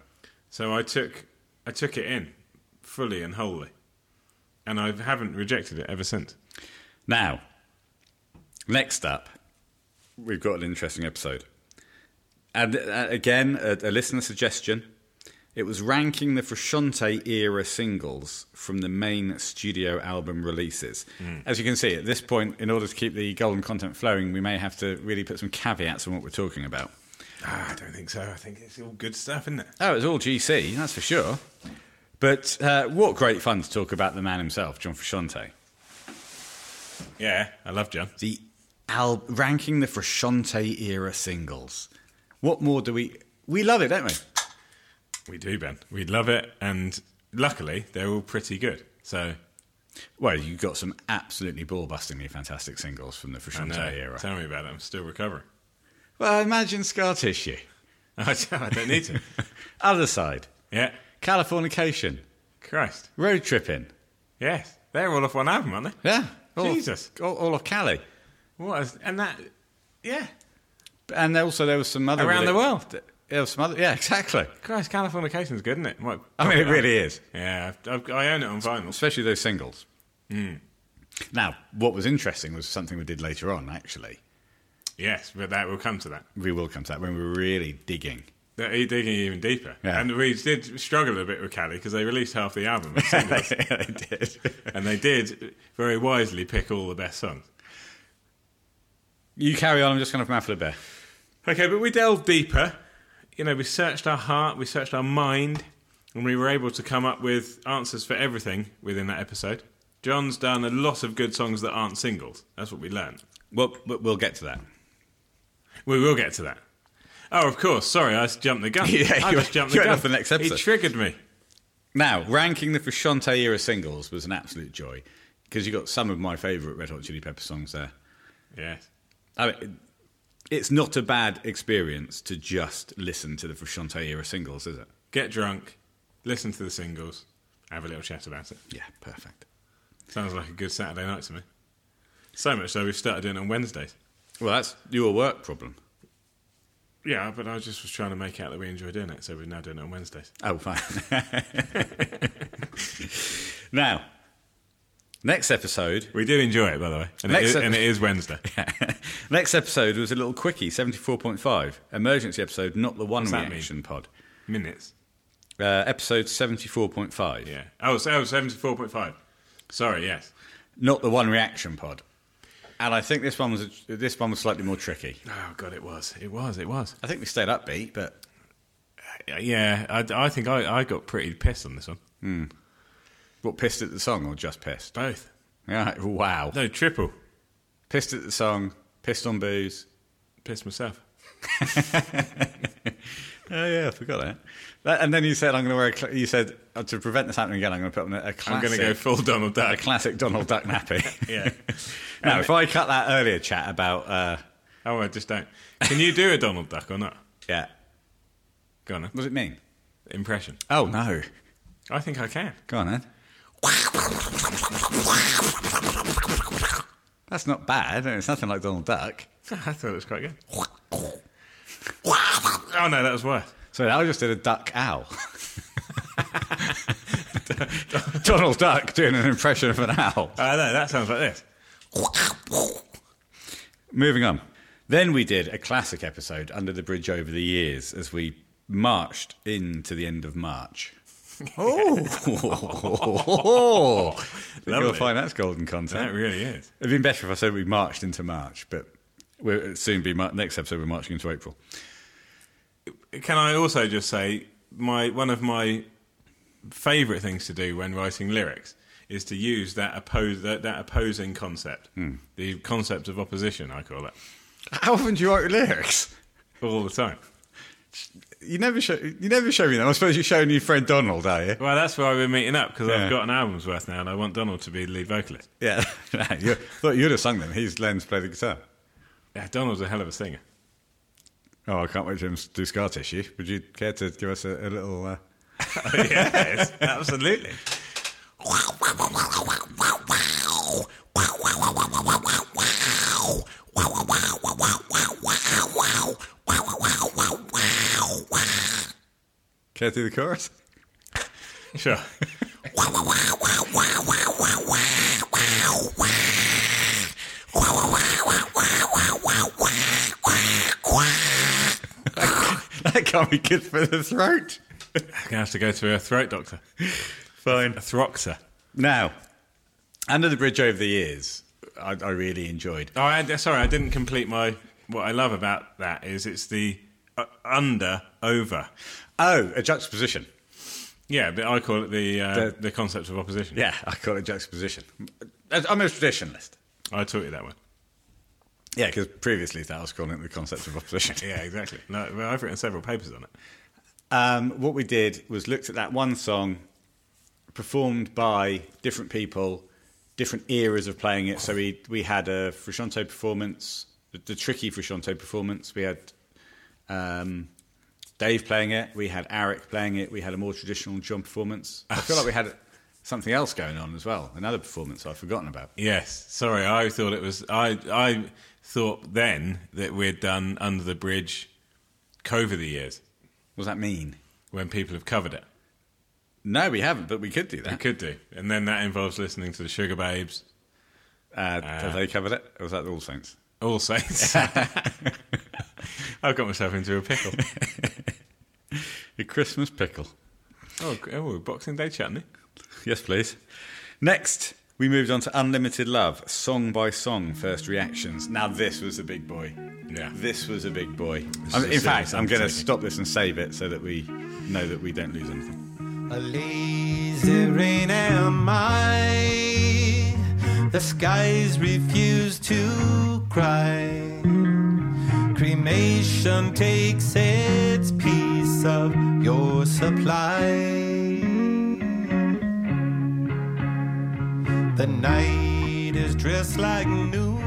B: so I took I took it in fully and wholly, and I haven't rejected it ever since.
A: Now, next up, we've got an interesting episode. And uh, again, a, a listener suggestion. It was ranking the Frusciante era singles from the main studio album releases.
B: Hmm.
A: As you can see, at this point, in order to keep the golden content flowing, we may have to really put some caveats on what we're talking about.
B: Ah, I don't think so. I think it's all good stuff, isn't it?
A: Oh, it's all GC, that's for sure. But uh, what great fun to talk about the man himself, John Frusciante.
B: Yeah, I love John.
A: the al- ranking the Frusciante era singles. What more do we? We love it, don't we?
B: We do, Ben. We love it, and luckily they're all pretty good. So
A: Well, you got some absolutely ball-bustingly fantastic singles from the
B: I
A: Frusciante
B: know.
A: era.
B: Tell me about it. I'm still recovering.
A: Well, imagine Scar Tissue.
B: I don't need to.
A: Other side,
B: yeah,
A: Californication,
B: Christ.
A: Road Tripping.
B: Yes, they're all off one album, aren't they?
A: Yeah, all
B: Jesus.
A: all, all of Cali,
B: What? Is, and that, yeah.
A: and also there was some other
B: Around the
A: world. There was some other, yeah, exactly.
B: Christ, Californication's good, isn't it? What,
A: I mean, it really is.
B: Yeah, I've, I own it on vinyl.
A: especially those singles. Mm. Now, what was interesting was something we did later on. Actually,
B: Yes, but that we'll come to that.
A: we will come to that when we're really digging.
B: They're digging even deeper.
A: Yeah.
B: And we did struggle a bit with Cali because they released half the album, as singles,
A: I did.
B: and they did very wisely pick all the best songs.
A: You carry on. I'm just going to mouthful a bear.
B: Okay, but we delved deeper. You know, we searched our heart, we searched our mind, and we were able to come up with answers for everything within that episode. John's done a lot of good songs that aren't singles. That's what we learned.
A: Well, but we'll get to that.
B: We will get to that. Oh, of course. Sorry, I just jumped the gun.
A: Yeah,
B: I
A: you
B: just
A: went-
B: jumped
A: you went
B: the gun.
A: off the next
B: He
A: episode.
B: triggered me.
A: Now, ranking the Frusciante era singles was an absolute joy because you got some of my favourite Red Hot Chili Pepper songs there.
B: Yes.
A: I mean, it's not a bad experience to just listen to the Frusciante era singles, is it?
B: Get drunk, listen to the singles, have a little chat about it.
A: Yeah, perfect.
B: Sounds like a good Saturday night to me. So much so we've started doing it on Wednesdays.
A: Well, that's your work problem.
B: Yeah, but I just was trying to make out that we enjoy doing it, so we're now doing it on Wednesdays.
A: Oh, fine. now, next episode.
B: We did enjoy it, by the way. And, it
A: Next
B: is,
A: up-
B: and it is Wednesday.
A: Next episode was a little quickie, 74.5. Emergency episode, not the one
B: What's that mean?
A: reaction pod.
B: Minutes.
A: Uh, episode 74.5.
B: Yeah. Oh, so, oh 74.5. Sorry, yes.
A: Not the one reaction pod. And I think this one was this one was slightly more tricky.
B: Oh, God, it was. It was, it was.
A: I think we stayed upbeat, but
B: Yeah, I, I think I, I got pretty pissed on this one.
A: what pissed at the song or just pissed?
B: Both.
A: Yeah, wow.
B: No, triple.
A: Pissed at the song, pissed on booze.
B: Pissed myself.
A: Oh yeah, I forgot that. that and then you said I'm going to wear. A cl- you said uh, to prevent this happening again, I'm going to put on a, a
B: I'm
A: classic.
B: going to go full Donald
A: a
B: Duck.
A: classic Donald Duck nappy.
B: Yeah.
A: now, if I cut that earlier chat about uh,
B: Oh, I just don't. Can you do a Donald Duck or not?
A: yeah,
B: Go on. then.
A: what does it mean?
B: Impression.
A: Oh no.
B: I think I can.
A: Go on then. That's not bad. It's nothing like Donald Duck.
B: I thought it was quite good. Oh no, that was worse.
A: So I just did a duck owl. Donald Duck doing an impression of an owl.
B: Oh no, that sounds like this.
A: Moving on. Then we did a classic episode, Under the Bridge Over the Years, as we marched into the end of March. Oh, I think
B: Lovely.
A: you'll find that's golden
B: That
A: content.
B: really is.
A: It'd been better if I said we marched into March, but We'll it'll soon be mar- next episode. We're marching into April.
B: Can I also just say my one of my favourite things to do when writing lyrics is to use that oppose that, that opposing concept,
A: Hmm.
B: the concept of opposition. I call it
A: How often do you write lyrics?
B: all the time.
A: You never show. You never show me that. I suppose you're showing your friend Donald, are you?
B: Well, that's why we're meeting up because
A: Yeah.
B: I've got an album's worth now, and I want Donald to be the lead vocalist.
A: Yeah. you thought you'd have sung them. He's Len's play the guitar.
B: Yeah, Donald's a hell of a singer.
A: Oh, I can't wait to him do scar tissue. Would you care to give us a, a little? Uh...
B: yes, absolutely.
A: Care to do the chorus?
B: Sure.
A: That can't be good for the throat.
B: I'm gonna have to go to a throat doctor,
A: Fine.
B: a throxer.
A: Now, under the bridge over the years, I, I really enjoyed.
B: Oh, I, sorry, I didn't complete my. What I love about that is it's the uh, under over.
A: Oh, a juxtaposition.
B: Yeah, but I call it the uh,
A: The-
B: the, concept of opposition.
A: Yeah, I call it juxtaposition. I'm a traditionalist.
B: I taught you that one.
A: Yeah, because previously that I was calling it the concept of opposition.
B: Yeah, exactly. No, well, I've written several papers on it.
A: Um, what we did was looked at that one song performed by different people, different eras of playing it. So we, we had a Frusciante performance, the, the tricky Frusciante performance. We had um, Dave playing it. We had Arik playing it. We had a more traditional John performance. I feel like we had something else going on as well, another performance I've forgotten about.
B: Yes, sorry, I thought it was. I I thought then that we'd done under the bridge, over the years
A: What does that mean?
B: when people have covered it.
A: No, we haven't, but we could do
B: We
A: that.
B: could do, and then that involves listening to the Sugar Babes,
A: Uh, have they covered it? Or was that All Saints?
B: All Saints. I've got myself into a pickle.
A: A Christmas pickle.
B: Oh, g- oh Boxing Day chutney.
A: Yes, please. Next, we moved on to Unlimited Love, song by song, first reactions. Now, this was a big boy.
B: Yeah.
A: This was a big boy.
B: is
A: I'm-
B: a
A: in fact,
B: serious
A: I'm going to
B: undertaking.
A: stop this and save it so that we know that we don't lose anything.
E: A lazy rain am I. The skies refuse to cry. Cremation takes its piece of your supply. The night is dressed like noon.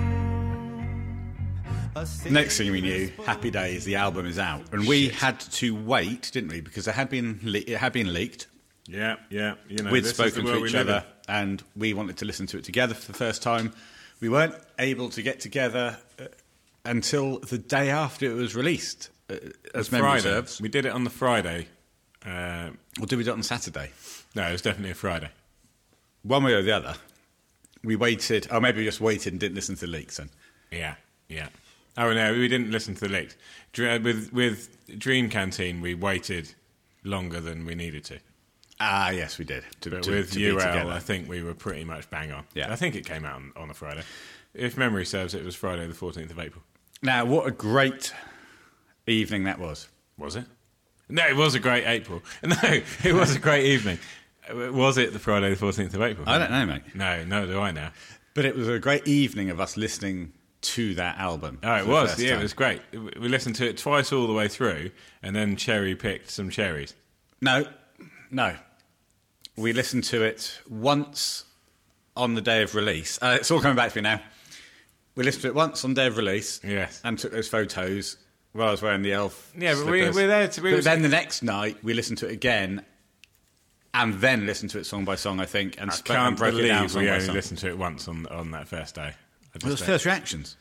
E: A
A: Next thing we knew, Happy Days, the album is out. And we had to wait, didn't we? Because it had been, le- it had been leaked.
B: Yeah, yeah. You know,
A: We'd
B: this is
A: spoken
B: the
A: to
B: world we
A: each
B: live in.
A: other and we wanted to listen to it together for the first time. We weren't able to get together uh, until the day after it was released, uh, as memory
B: Friday.
A: serves.
B: We did it on the Friday. Uh,
A: Or did we do it on Saturday?
B: no, it was definitely a Friday.
A: One way or the other. We waited, or maybe we just waited and didn't listen to the leaks then.
B: Yeah, yeah. Oh no, we didn't listen to the leaked. Dr- uh, With with Dream Canteen, we waited longer than we needed to.
A: Ah, yes, we did. To,
B: But
A: to-
B: with
A: to be
B: URL,
A: together.
B: I think we were pretty much bang on.
A: Yeah.
B: I think it came out on, on a Friday. If memory serves, it was Friday the fourteenth of April.
A: Now, what a great evening that was.
B: Was it? No, it was a great April. No, it was a great evening. Uh, Was it the Friday the fourteenth of April?
A: I don't know, mate.
B: No, no, do I now?
A: But it was a great evening of us listening to that album.
B: Oh,
A: for
B: it
A: the
B: was.
A: first
B: Yeah,
A: time.
B: it was great. We listened to it twice all the way through, and then cherry picked some cherries.
A: No, no. We listened to it once on the day of release. Uh, it's all coming back to me now. We listened to it once on the day of release.
B: Yes.
A: And took those photos while I was wearing the elf.
B: Yeah, but we-
A: slippers.
B: we're there to- we
A: but
B: was-
A: then the next night we listened to it again, and then listened to it song by song. I think, and
B: I
A: sp- and
B: can't
A: broke it down
B: believe
A: song
B: we
A: by
B: only
A: song.
B: listened to it once on on that first day. I
A: It was
B: just
A: first reactions.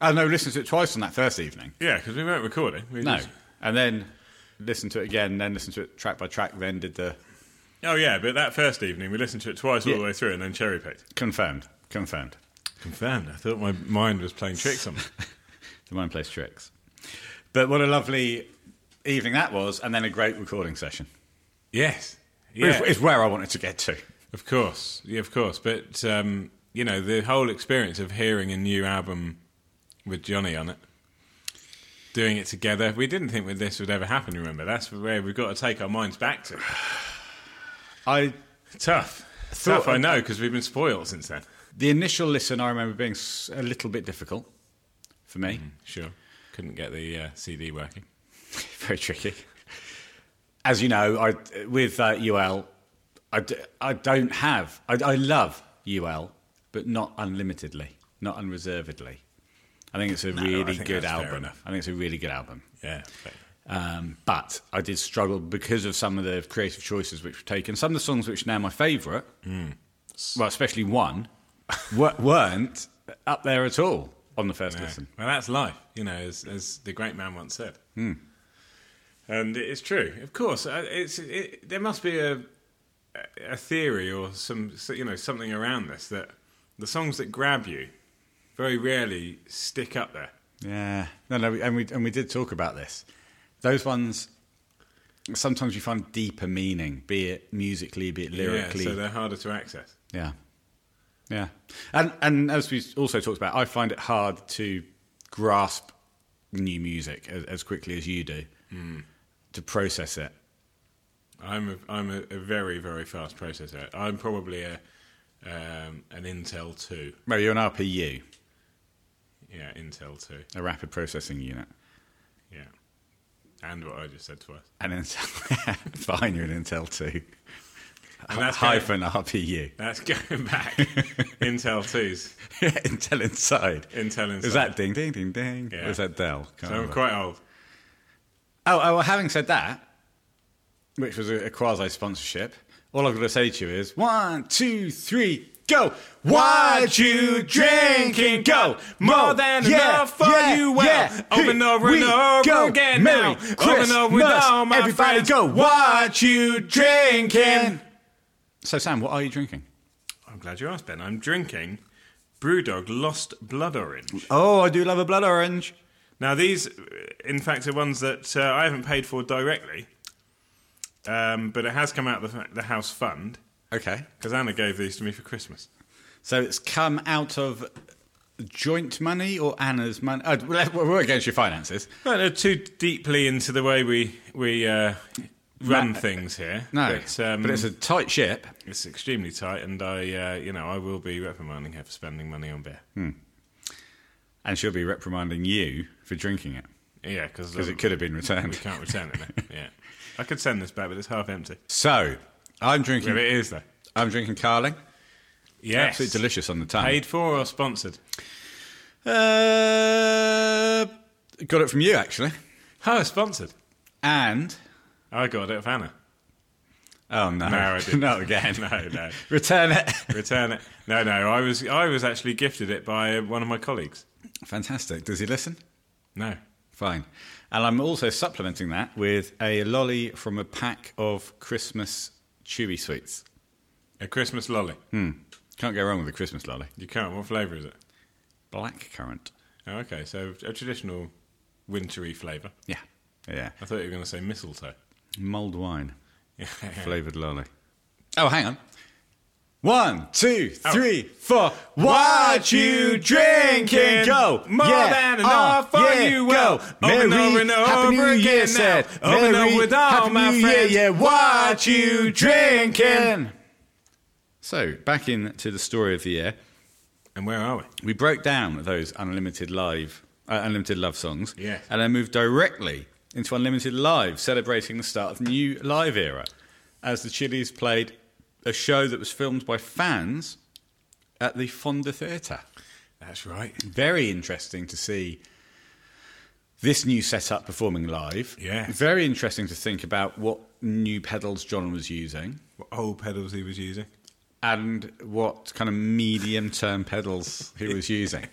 A: Oh no, we listened to it twice on that first evening.
B: yeah, because we weren't recording. We
A: No,
B: just-
A: and then listened to it again, then listened to it track by track, then did the
B: oh yeah, but that first evening we listened to it twice all
A: Yeah.
B: the way through and then cherry picked.
A: confirmed, confirmed.
B: Confirmed. I thought my mind was playing tricks on me.
A: The mind plays tricks. But what a lovely evening that was, and then a great recording session.
B: yes. Yeah.
A: Yeah. Is where I wanted to get to.
B: Of course, yeah, of course. But um, you know, the whole experience of hearing a new album with Johnny on it, doing it together. We didn't think that this would ever happen. Remember, that's where we've got to take our minds back to.
A: I
B: Tough,
A: Thought-
B: tough. I know because we've been spoiled since then.
A: the initial listen I remember being s- a little bit difficult for me.
B: Sure, couldn't get the uh, CD working. Mm-hmm.
A: very tricky. As you know, I with uh, UL, I, d- I don't have. I, I love UL, but not unlimitedly, not unreservedly. I think it's a
B: I
A: really
B: think
A: good
B: that's fair
A: album.
B: enough.
A: I think it's a really good album.
B: Yeah,
A: Um, but I did struggle because of some of the creative choices which were taken. Some of the songs which are now my favourite,
B: Hmm.
A: well, especially one, wer- weren't up there at all on the first
B: Yeah.
A: listen.
B: Well, that's life, you know, as, as the great man once said.
A: Hmm.
B: And it's true, of course. uh, It's it, there must be a a theory or some so- you know something around this that the songs that grab you very rarely stick up there.
A: Yeah. No, no, we- and we and we did talk about this. Those ones sometimes you find deeper meaning, be it musically, be it lyrically.
B: yeah,
A: Yeah.
B: so they're harder to access.
A: yeah. And and as we also talked about, I find it hard to grasp new music as, as quickly as you do.
B: Mm.
A: To process it.
B: I'm a, I'm a, a very very fast processor. I'm probably a um, an Intel two.
A: Well, you're an RPU,
B: Yeah, Intel two.
A: a rapid processing unit.
B: Yeah, and what I just said twice.
A: An Intel fine, you're an Intel two.
B: And that's going-
A: Hyphen RPU.
B: That's going back. Intel 2s.
A: Intel inside.
B: Intel inside.
A: Is that ding ding ding ding?
B: Yeah.
A: Or is that Dell? Can't
B: So I'm
A: remember.
B: quite old.
A: Oh, oh, well, having said that, which was a, a quasi sponsorship, all I've got to say to you is one, two, three, go. What you drinking? Go
B: More than enough for you. Well, over and over and over again now. Over and over and over, my
A: everybody
B: friends.
A: go. What you drinking? So, Sam, what are you drinking?
B: I'm glad you asked, Ben. I'm drinking Brewdog Lost Blood Orange.
A: Oh, I do love a blood orange.
B: Now, these, uh, in fact, are ones that uh, I haven't paid for directly, um, but it has come out of the, fa- the house fund
A: Okay.
B: because Anna gave these to me for Christmas.
A: So it's come out of joint money or Anna's money? Oh, well, we're against your finances.
B: I don't know too deeply into the way we, we uh, run
A: Ma-
B: things here.
A: No,
B: but, um,
A: but it's a tight ship.
B: it's extremely tight, and I, uh, you know, I will be reprimanding her for spending money on beer.
A: Hmm. And she'll be reprimanding you for drinking it
B: Yeah, because
A: because it could have been
B: We
A: returned.
B: can't return it. no. Yeah, I could send this back, but it's half empty.
A: So I'm drinking.
B: But it is though.
A: I'm drinking Carling.
B: Yes,
A: Absolutely delicious on the tongue.
B: Paid for or sponsored?
A: Uh, got it from you actually,
B: Oh, sponsored.
A: and
B: I got it, of Anna.
A: oh no,
B: No, I didn't.
A: not again.
B: No, no.
A: Return it.
B: Return it. No, no. I was, I was actually gifted it by uh, one of my colleagues.
A: Fantastic. Does he listen?
B: No.
A: Fine. And I'm also supplementing that with a lolly from a pack of Christmas chewy sweets.
B: A Christmas lolly.
A: Can't go wrong with a Christmas lolly.
B: You can't. What flavour is it?
A: Black currant.
B: Oh, okay. So a traditional wintry flavour.
A: Yeah. Yeah.
B: I thought you were going to say mistletoe.
A: Mulled wine. Flavoured lolly. Oh, hang on. One, two,
B: Oh.
A: three, four. What you drinking? Go.
B: More than enough for you.
A: Go.
B: Over and over and
A: Happy New
B: over
A: Year,
B: again
A: said.
B: now. Over and
A: Merry
B: over with all
A: Happy
B: my
A: New Year,
B: friends.
A: yeah. What you drinking? So, back into the story of the year.
B: And where are we?
A: We broke down those unlimited live, uh, unlimited love songs,
B: Yes.
A: and then moved directly into unlimited live, celebrating the start of the new live era, as the Chili's played a show that was filmed by fans at the Fonda Theatre.
B: That's right.
A: Very interesting to see this new setup performing live.
B: Yes.
A: Very interesting to think about what new pedals John was using
B: What old pedals he was using.
A: and what kind of medium term pedals he was using.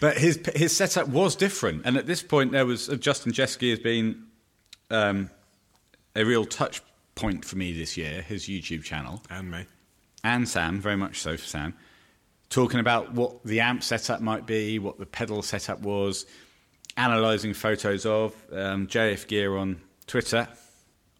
A: But his his setup was different, and at this point there was uh, Justin Jeske has been um, a real touch point for me this year. His YouTube channel
B: And me.
A: and Sam, very much so for Sam, talking about what the amp setup might be, what the pedal setup was, analysing photos of um, JF Gear on Twitter.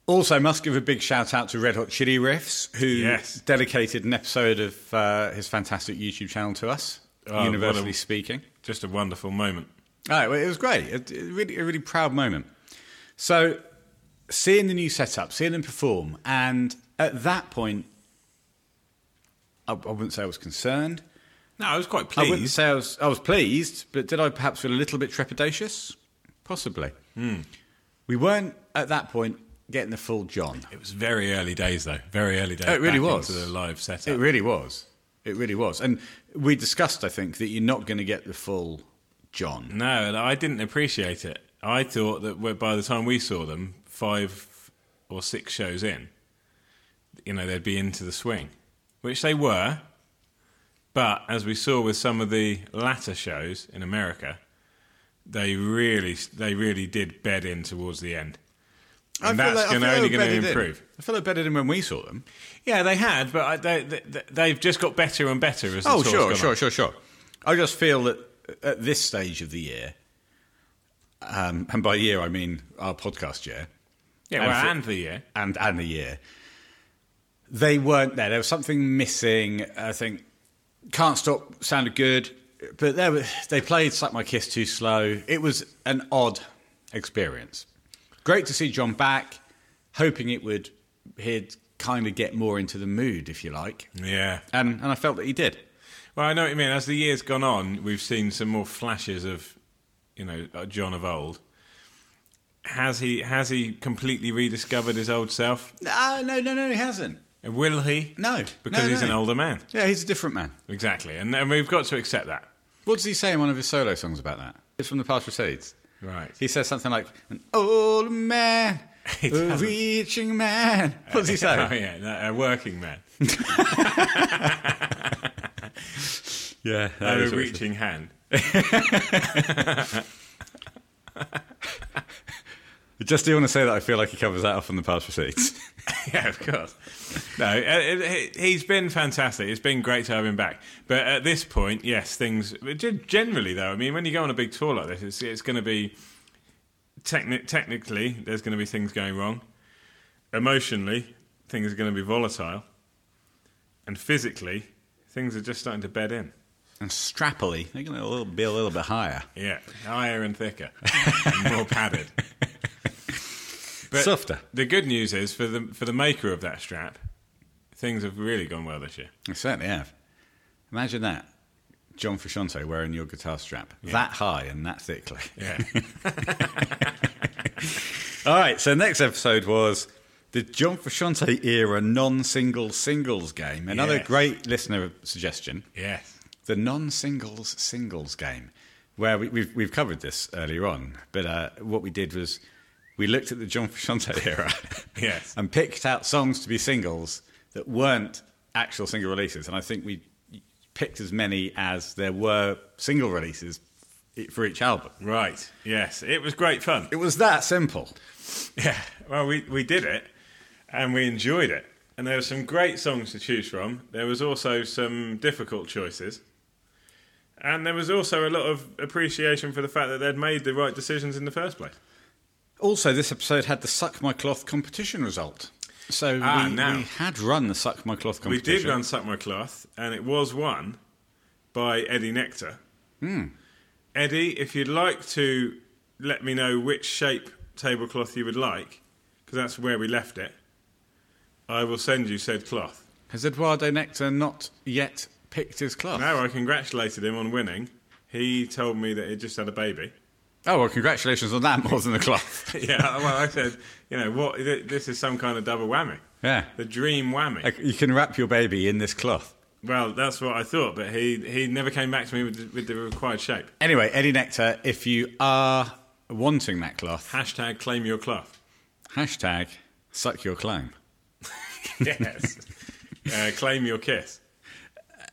A: Also, must give a big shout out to Red Hot Chili Riffs, who
B: Yes.
A: dedicated an episode of uh, his fantastic YouTube channel to us.
B: Oh, what
A: universally
B: a-
A: speaking.
B: Just a wonderful moment.
A: All right, well, it was great. It, it really, a really proud moment. So, seeing the new setup, seeing them perform, and at that point, I, I wouldn't say I was concerned.
B: No, I was quite
A: I wouldn't
B: pleased.
A: say I was, I was pleased, but did I perhaps feel a little bit trepidatious? Possibly. We weren't at that point getting the full John.
B: It was very early days, though. Very early days.
A: It really
B: back
A: was.
B: into the live setup.
A: It really was. It really was. And we discussed, I think, that you're not going to get the full John.
B: No, and I didn't appreciate it. I thought that we- by the time we saw them, five or six shows in, you know, they'd be into the swing, which they were. But as we saw with some of the latter shows in America, they really, they really did bed in towards the end, and
A: I feel
B: that's
A: like- I
B: gonna,
A: feel
B: only
A: they were
B: going
A: better
B: to
A: then.
B: improve.
A: I feel like better than when we saw them.
B: Yeah, they had, but I, they, they, they've just got better and better as the
A: Oh,
B: tour's
A: sure,
B: gone
A: sure,
B: on.
A: sure, sure. I just feel that at this stage of the year, um, and by year I mean our podcast year
B: Yeah,
A: And
B: well,
A: for-
B: and the year.
A: and and the year, they weren't there. There was something missing. I think can't stop sounded good, but there were, they played "Suck My Kiss" too slow. It was an odd experience. Great to see John back. Hoping it would he'd kind of get more into the mood, if you like,
B: Yeah,
A: um, and I felt that he did.
B: Well, I know what you mean. As the years gone on, we've seen some more flashes of, you know, uh, John of old. Has he has he completely rediscovered his old self?
A: Ah, no, no, no, he hasn't.
B: And Will he?
A: No,
B: because
A: no,
B: he's
A: no.
B: an older man.
A: Yeah, he's a different man.
B: Exactly, and and we've got to accept that.
A: What does he say in one of his solo songs about that? It's from the past proceeds.
B: Right.
A: He says something like, an old man,
B: He
A: a
B: doesn't.
A: reaching man. What does he say?
B: Oh yeah, no, a working man,
A: yeah. that is
B: a
A: what he says.
B: reaching hand.
A: Just do want to say that I feel like he covers that off in the past proceeds.
B: yeah, of course. No, uh, he- he's been fantastic. It's been great to have him back. But at this point, yes, things gen- generally though. I mean, when you go on a big tour like this, it's, it's going to be techni- technically there's going to be things going wrong. Emotionally, things are going to be volatile, and physically, things are just starting to bed in.
A: and strappily, they're going to a little, be a little bit higher.
B: Yeah, higher and thicker, and more padded. But
A: Softer.
B: The good news is for the for the maker of that strap, things have really gone well this year.
A: I certainly have. Imagine that. John Frusciante wearing your guitar strap. That high and that thickly.
B: Yeah,
A: All right, so next episode was the John Frusciante era non-single singles game. Another
B: Yes.
A: great listener suggestion,
B: yes.
A: the non-singles singles game, where we, we've we've covered this earlier on. But uh, what we did was we looked at the John Frusciante era,
B: Yes.
A: and picked out songs to be singles that weren't actual single releases. And I think we picked as many as there were single releases for each album.
B: Right. Yes. It was great fun.
A: It was that simple.
B: Yeah. Well, we, we did it and we enjoyed it. And there were some great songs to choose from. There was also some difficult choices. And there was also a lot of appreciation for the fact that they'd made the right decisions in the first place.
A: Also, this episode had the Suck My Cloth competition result. So
B: Ah,
A: we,
B: now.
A: we had run the Suck My Cloth
B: We
A: competition.
B: did run Suck My Cloth, and it was won by Eddie Nectar. Eddie, if you'd like to let me know which shape tablecloth you would like, because that's where we left it, I will send you said cloth.
A: Has Eduardo Nectar not yet picked his cloth?
B: Now I congratulated him on winning. He told me that he just had a baby.
A: Oh, well, congratulations on that more than the cloth.
B: yeah, well, I said, you know, what? th- This is some kind of double whammy.
A: Yeah.
B: The dream whammy.
A: Like, you can wrap your baby in this cloth.
B: Well, that's what I thought, but he, he never came back to me with, the- with the required shape.
A: Anyway, Eddie Nectar, if you are wanting that cloth,
B: Hashtag claim your cloth.
A: hashtag suck your clown.
B: yes. uh, claim your kiss.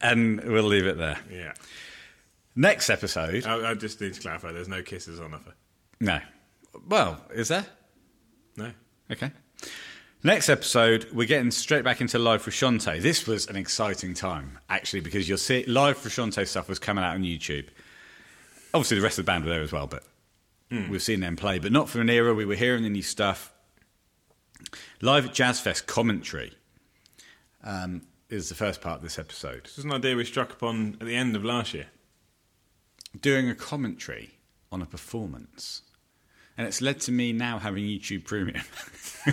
A: And we'll leave it there.
B: Yeah.
A: Next episode.
B: I, I just need to clarify there's no kisses on offer.
A: No. Well, is there?
B: No.
A: Okay. Next episode, we're getting straight back into live Frusciante. This was an exciting time, actually, because you'll see live Frusciante stuff was coming out on YouTube. Obviously, the rest of the band were there as well, but we've seen them play, but not from an era. We were hearing the new stuff. Live at Jazz Fest commentary um, is the first part of this episode.
B: This was an idea we struck upon at the end of last year.
A: doing a commentary on a performance. And it's led to me now having YouTube Premium.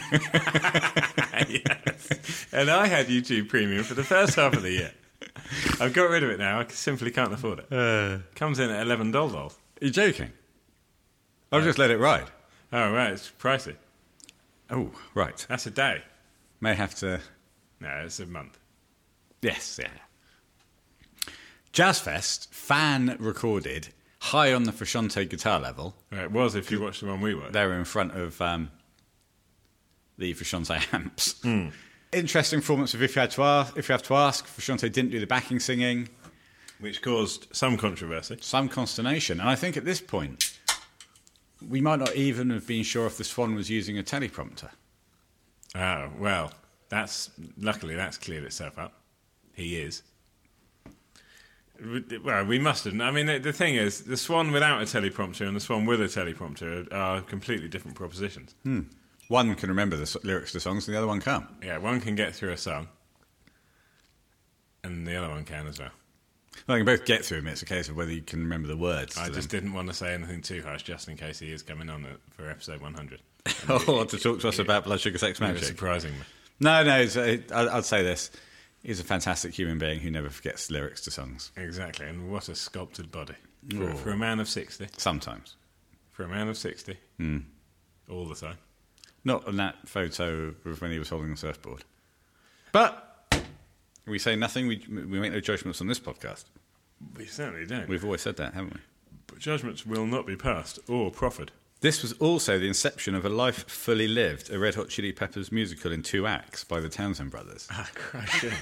B: And I had YouTube Premium for the first half of the year. I've got rid of it now. I simply can't afford it. Comes in at eleven dollars.
A: You're joking? I'll just let it ride.
B: Oh right, it's pricey.
A: Oh, right.
B: That's a day.
A: May have to.
B: No, it's a month.
A: Yes, yeah. Jazz Fest, fan recorded, high on the Frusciante guitar level.
B: Well, it was if you watched the one we watched.
A: they were in front of um, the Frusciante amps. Interesting performance of If You Had to Ask. If you have to ask, Frusciante didn't do the backing singing.
B: which caused some controversy.
A: Some consternation, and I think at this point we might not even have been sure if the Swan was using a teleprompter.
B: Oh well, that's luckily that's cleared itself up. He is. Well, we must have. I mean, the, the thing is, the swan without a teleprompter and the swan with a teleprompter are completely different propositions.
A: One can remember the s- lyrics to songs, and the other one can't.
B: Yeah, one can get through a song, and the other one can as well.
A: Well, they can both get through them. It's a case of whether you can remember the words.
B: I
A: to
B: just
A: them.
B: didn't want to say anything too harsh, just in case he is coming on at- for episode 100.
A: oh, to talk to us about Blood Sugar Sex
B: It was
A: Magic.
B: surprising me.
A: No, no. It's, uh, I- I'd say this: he's a fantastic human being who never forgets lyrics to songs.
B: Exactly, and what a sculpted body for,
A: Oh.
B: for a man of 60.
A: Sometimes.
B: For a man of 60. All the time.
A: Not on that photo of when he was holding the surfboard. But we say nothing. We, we make no judgments on this podcast.
B: We certainly don't.
A: We've always said that, haven't we?
B: But judgments will not be passed or proffered.
A: This was also the inception of A Life Fully Lived, a Red Hot Chili Peppers musical in two acts by the Townsend Brothers.
B: Ah, Christ, yeah.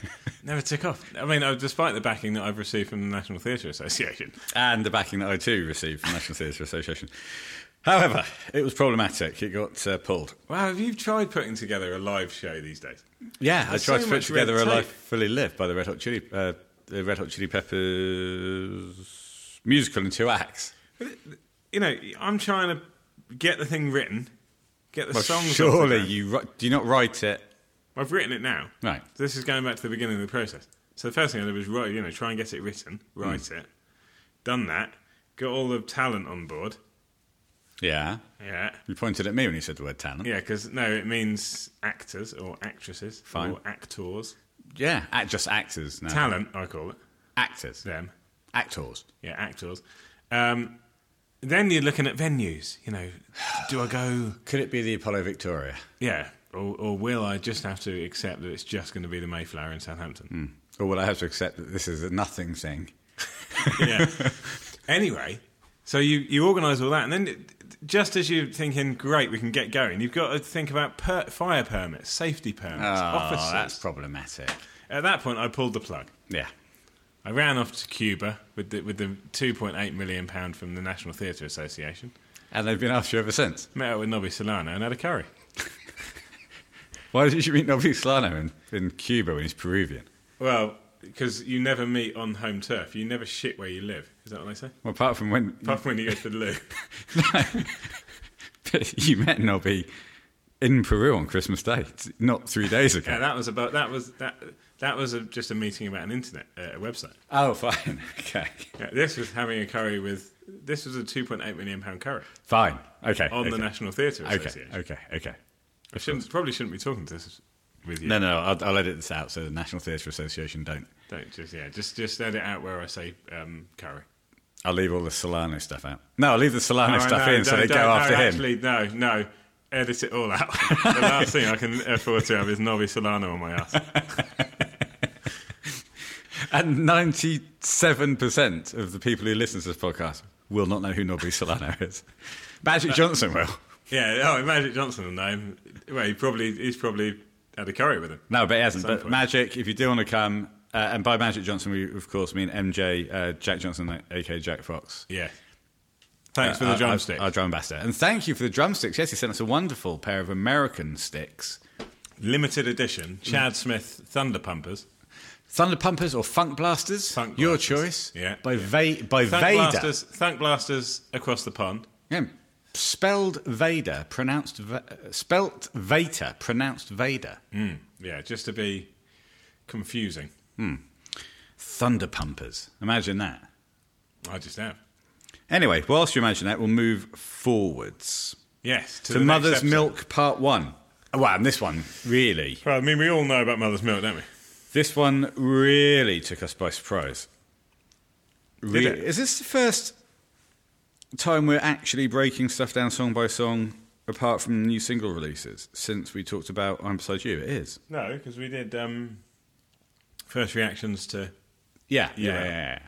B: Never took off. I mean, uh, despite the backing that I've received from the National Theatre Association.
A: and the backing that I too received from the National Theatre Association. However, it was problematic. It got uh, pulled.
B: Wow, have you tried putting together a live show these days?
A: Yeah,
B: There's
A: I tried
B: so
A: to put
B: much
A: together
B: red
A: a
B: tape.
A: life fully lived by the Red Hot Chili, uh, the Red Hot Chili Peppers musical in two acts.
B: You know, I'm trying to get the thing written, get the songs. off the
A: surely
B: ground.
A: you wri- do you not write it.
B: I've written it now.
A: Right.
B: This is going back to the beginning of the process. So the first thing I did was write, you know, try and get it written, write it, done that, got all the talent on board.
A: Yeah,
B: Yeah.
A: you pointed at me when you said the word talent.
B: Yeah, because no, it means actors or actresses
A: Fine.
B: or actors.
A: yeah, act, just actors now.
B: Talent, I call it.
A: actors,
B: Them.
A: actors.
B: Yeah, actors. Um, then you're looking at venues. You know, do I go?
A: Could it be the Apollo Victoria?
B: Yeah. Or, or will I just have to accept that it's just going to be the Mayflower in Southampton?
A: Or will I have to accept that this is a nothing thing?
B: yeah. Anyway, so you, you organise all that, and then just as you're thinking, great, we can get going, you've got to think about per- fire permits, safety permits,
A: Oh,
B: officers.
A: that's problematic.
B: At that point, I pulled the plug.
A: Yeah.
B: I ran off to Cuba with the, with the 2.8 million pound from the National Theatre Association,
A: And they've been after you ever since.
B: met up with Nobby Solano, and had a curry.
A: Why did you meet Novi Solano in, in Cuba when he's Peruvian?
B: Well, because you never meet on home turf, you never shit where you live. Is that what they say?
A: Well, apart from when
B: Apart from when you go to the loo.
A: you met Nobby in Peru on Christmas Day, t- not three days ago.
B: yeah, that was about that was that that was a, just a meeting about an internet uh, website.
A: oh, fine. Okay.
B: Yeah, this was having a curry with. This was a 2.8 million pound curry
A: Fine. Okay.
B: on the
A: okay.
B: National Theatre
A: Okay.
B: Association.
A: Okay. Okay.
B: I shouldn't, probably shouldn't be talking to this with you.
A: No, no, I'll, I'll edit this out so the National Theatre Association don't.
B: Don't just yeah, just just edit out where I say um, curry.
A: I'll leave all the Solano stuff out. No, I'll leave the Solano
B: No,
A: stuff
B: no,
A: in so
B: don't-
A: they go
B: don't- no,
A: after him.
B: Actually, no, no, edit it all out. the last thing I can afford to have is Novi Solano on my ass.
A: And 97% of the people who listen to this podcast will not know who Nobby Solano is. Magic Johnson will.
B: yeah, oh, Magic Johnson will know. him. Well, he probably he's probably had a curry with him.
A: No, but he hasn't.
B: Some
A: But
B: point.
A: Magic, if you do want to come, uh, and by Magic Johnson, we of course mean MJ, uh, Jack Johnson, aka Jack Fox.
B: Yeah. Thanks for
A: Uh,
B: the
A: our-
B: drumstick.
A: Our, drum ambassador. And thank you for the drumsticks. Yes, he sent us a wonderful pair of American sticks.
B: Limited edition. Chad Smith Thunder Pumpers.
A: Thunder Pumpers or Funk Blasters?
B: Funk
A: Your
B: Blasters.
A: choice.
B: Yeah.
A: By, Va- by
B: Thank
A: Vader.
B: blasters, thank blasters across the pond.
A: Yeah. Spelled Vader, pronounced Va- uh, spelt Vader, pronounced Vader.
B: Mm. Yeah, just to be confusing.
A: Thunder Pumpers. Imagine that.
B: I just have.
A: Anyway, whilst you imagine that, we'll move forwards
B: Yes,
A: to,
B: to, the next
A: Mother's
B: episode.
A: Milk Part One. Oh, wow, and this one really,
B: Well, I mean, we all know about mother's milk, don't we?
A: this one really took us by surprise. Re-
B: it?
A: Is this the first time we're actually breaking stuff down song by song, apart from new single releases? Since we talked about "I'm Beside You," it is.
B: No, because we did um, first reactions to.
A: Yeah,
B: Yeah.
A: yeah, yeah.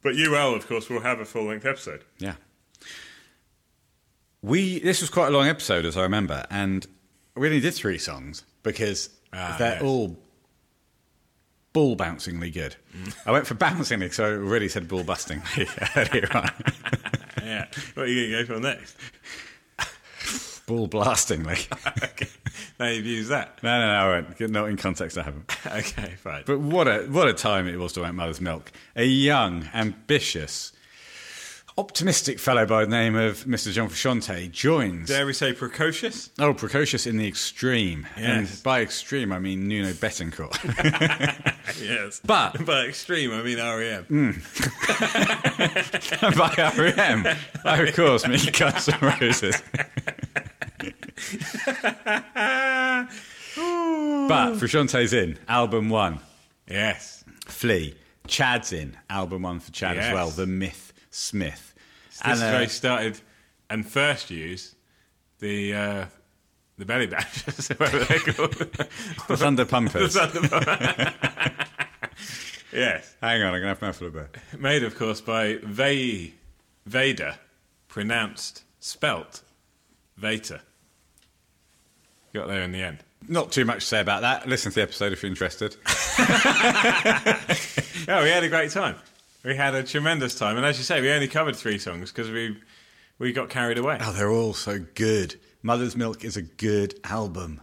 B: But UL, of course, will have a full length episode.
A: yeah. We this was quite a long episode, as I remember, and we only did three songs because
B: Ah,
A: they're
B: yes.
A: all ball bouncingly good. I went for bouncingly, so I really said ball busting earlier on.
B: Yeah. what are you going to go for next?
A: ball blastingly.
B: okay. Now you've used that.
A: No, no, no, I won't. Get- Not in context, I haven't.
B: Okay, fine.
A: But what a what a time it was to Aunt Mother's Milk. A young, ambitious, optimistic fellow by the name of Mr. John Frusciante joins.
B: Dare we say precocious?
A: Oh, precocious in the extreme.
B: Yes.
A: And by extreme, I mean Nuno Betancourt.
B: Yes.
A: But-
B: by extreme, I mean E REM.
A: by REM. I, of course, mean Guns N' Roses. but Frusciante's in, album one,
B: Yes.
A: Flea. Chad's in, album one for Chad
B: Yes.
A: as well, The Myth Smith.
B: This
A: uh,
B: guy started and first used the uh, the belly bashers, whatever they're called.
A: the Thunder Pumpers.
B: yes.
A: Hang on, I'm going to have a mouthful of beer.
B: Made, of course, by Ve- Vader, pronounced, spelt, Vater. Got there in the end.
A: Not too much to say about that. Listen to the episode if you're interested.
B: Oh, we had a great time. We had a tremendous time, and as you say, we only covered three songs because we we got carried away.
A: Oh, they're all so good. Mother's Milk is a good album.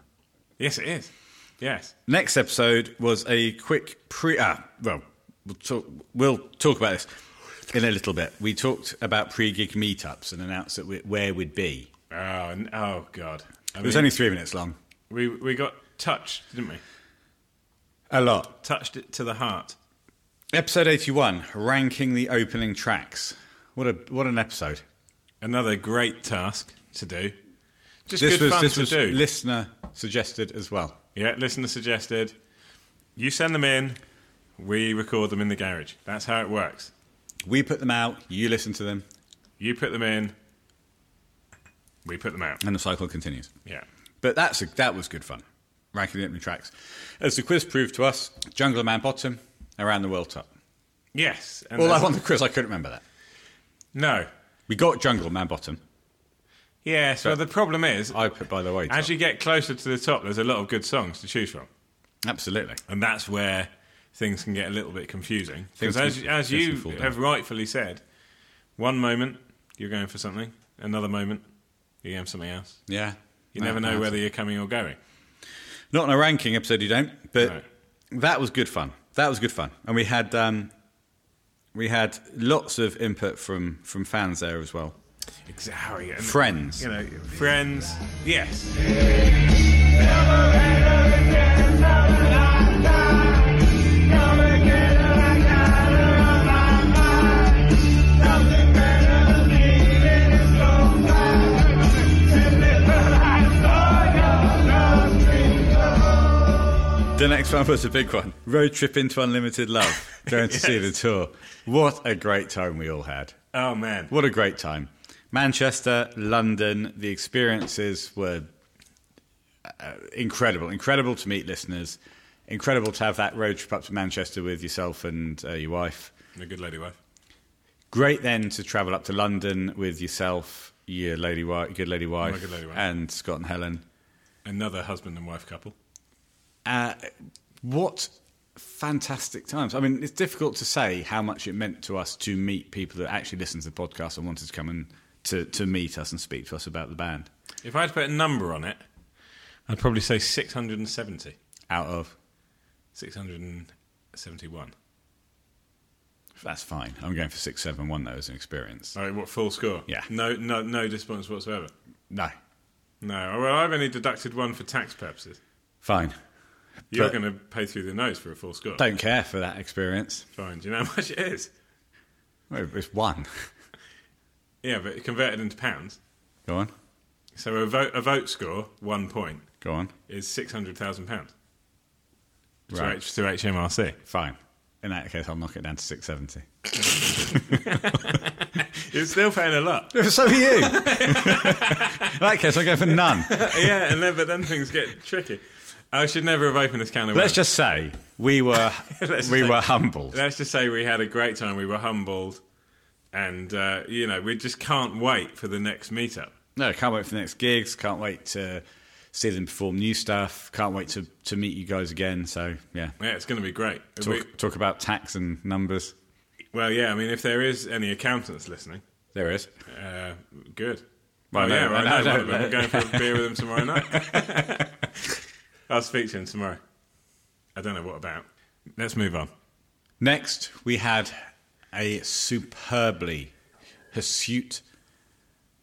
B: Yes, it is. Yes,
A: Next episode was a quick pre. Ah, well, we'll talk, we'll talk about this in a little bit. We talked about pre-gig meetups and announced that we, where we'd be.
B: Oh, n- oh God! I
A: It was
B: mean,
A: only three minutes long.
B: we we got touched, didn't we?
A: A lot.
B: Touched it to the heart.
A: Episode eighty-one, ranking the opening tracks. What a what an episode!
B: Another great task to do. Just
A: This
B: good
A: was
B: fun
A: this
B: to
A: was
B: do.
A: listener suggested as well.
B: yeah, listener suggested. You send them in, we record them in the garage. That's how it works.
A: We put them out. You listen to them,
B: You put them in, we put them out.
A: and the cycle continues.
B: Yeah.
A: But that's a, that was good fun. Ranking the opening tracks, as the quiz proved to us, Jungle Man bottom, around the world top.
B: Yes. And
A: Well, I
B: there's-
A: won the quiz. I couldn't remember that.
B: No.
A: We got Jungle Man Bottom.
B: Yes. Well, the problem is,
A: I put, by the way,
B: as
A: top.
B: you get closer to the top, there's a lot of good songs to choose from.
A: absolutely.
B: and that's where things can get a little bit confusing.
A: Things
B: Because as,
A: can-
B: as
A: things
B: you
A: can fall down.
B: have rightfully said, one moment you're going for something, another moment you're going for something else.
A: Yeah.
B: You
A: No,
B: never know
A: no,
B: whether you're coming or going.
A: Not in a ranking episode, you don't. But
B: No.
A: that was good fun. That was good fun, and we had um, we had lots of input from from fans there as well.
B: Exactly. And,
A: Friends.
B: You know, friends. Yes.
A: The next one was a big one. Road trip into unlimited love. Going to see the tour. What a great time we all had.
B: Oh man.
A: What a great time. Manchester, London, the experiences were uh, incredible. Incredible to meet listeners. Incredible to have that road trip up to Manchester with yourself and uh, your wife.
B: The good lady wife.
A: Great then to travel up to London with yourself, your lady wife, good lady wife,
B: good lady wife.
A: and Scott and Helen.
B: Another husband and wife couple.
A: Uh, what fantastic times. I mean, it's difficult to say how much it meant to us to meet people that actually listened to the podcast and wanted to come and to, to meet us and speak to us about the band.
B: If I had to put a number on it, I'd probably say 670.
A: Out of
B: 671.
A: that's fine. I'm going for six seven one though as an experience.
B: All right, Oh, what full score?
A: Yeah.
B: No, no, no disappointments whatsoever.
A: No,
B: No, well, I've only deducted one for tax purposes.
A: fine.
B: You're
A: But-
B: going to pay through the nose for a full score.
A: Don't care for that experience.
B: Fine. Do you know how much it is?
A: Well, it's one.
B: Yeah, but converted into pounds.
A: Go on.
B: So a vote, a vote score, one point,
A: Go on.
B: is six hundred thousand pounds.
A: Right.
B: Through, H, through HMRC.
A: Fine. In that case, I'll knock it down to 670.
B: You're still paying a lot.
A: so are you. In that case, I'll go for none.
B: yeah, and then, but then things get tricky. I should never have opened this can of
A: Let's
B: worms.
A: just say we were
B: Let's
A: we
B: say-
A: were humbled.
B: Let's just say we had a great time. We were humbled, and uh, you know we just can't wait for the next meetup.
A: No, can't wait for the next gigs. Can't wait to see them perform new stuff. Can't wait to, to meet you guys again. So yeah,
B: Yeah, it's going to be great. If
A: talk
B: we-
A: talk about tax and numbers.
B: well, yeah, I mean, if there is any accountants listening,
A: There is.
B: uh, good.
A: Well,
B: oh,
A: no,
B: yeah,
A: no,
B: I
A: no,
B: know one
A: no,
B: of them.
A: no.
B: I'm going for a beer with him tomorrow night. I'll speak to him tomorrow. I don't know what about. Let's move on.
A: Next, we had a superbly hirsute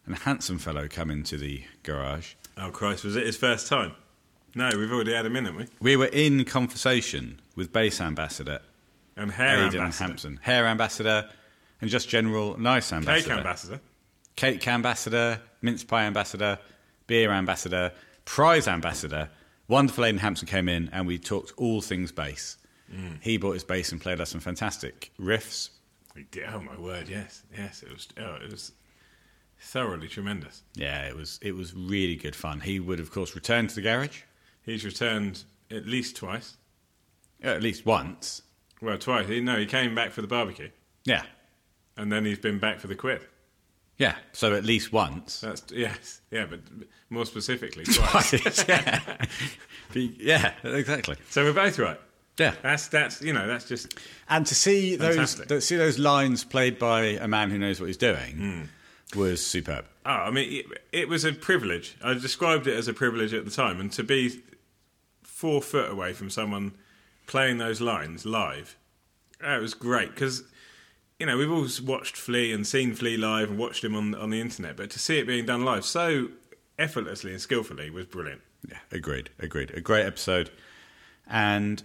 A: and handsome fellow come into the garage.
B: Oh Christ, was it his first time? No, we've already had him in, haven't we?
A: We were in conversation with bass ambassador
B: And hair
A: Aidan
B: ambassador,
A: Hampson, hair ambassador, and just general nice ambassador.
B: cake ambassador.
A: cake ambassador, mince pie ambassador, beer ambassador, prize ambassador. Wonderful Aidan Hampson came in and we talked all things bass.
B: Mm.
A: He bought his bass and played us some fantastic riffs.
B: We did- Oh my word, yes, yes, it was. Oh, it was thoroughly tremendous.
A: Yeah, it was it was really good fun. He would of course return to the garage
B: He's returned at least twice.
A: at least once.
B: Well, twice. He, no, he came back for the barbecue,
A: Yeah.
B: and then he's been back for the quid.
A: Yeah, so at least once.
B: That's yes, yeah, but more specifically twice.
A: yeah. yeah, exactly.
B: so we're both right.
A: Yeah.
B: That's that's you know that's just
A: And to see those
B: Fantastic.
A: to see those lines played by a man who knows what he's doing was superb.
B: Oh, I mean, it, it was a privilege. I described it as a privilege at the time, and to be four foot away from someone playing those lines live, that was great because you know we've all watched Flea and seen Flea live and watched him on on the internet, but to see it being done live so effortlessly and skillfully was brilliant.
A: Yeah, agreed, agreed. A great episode, and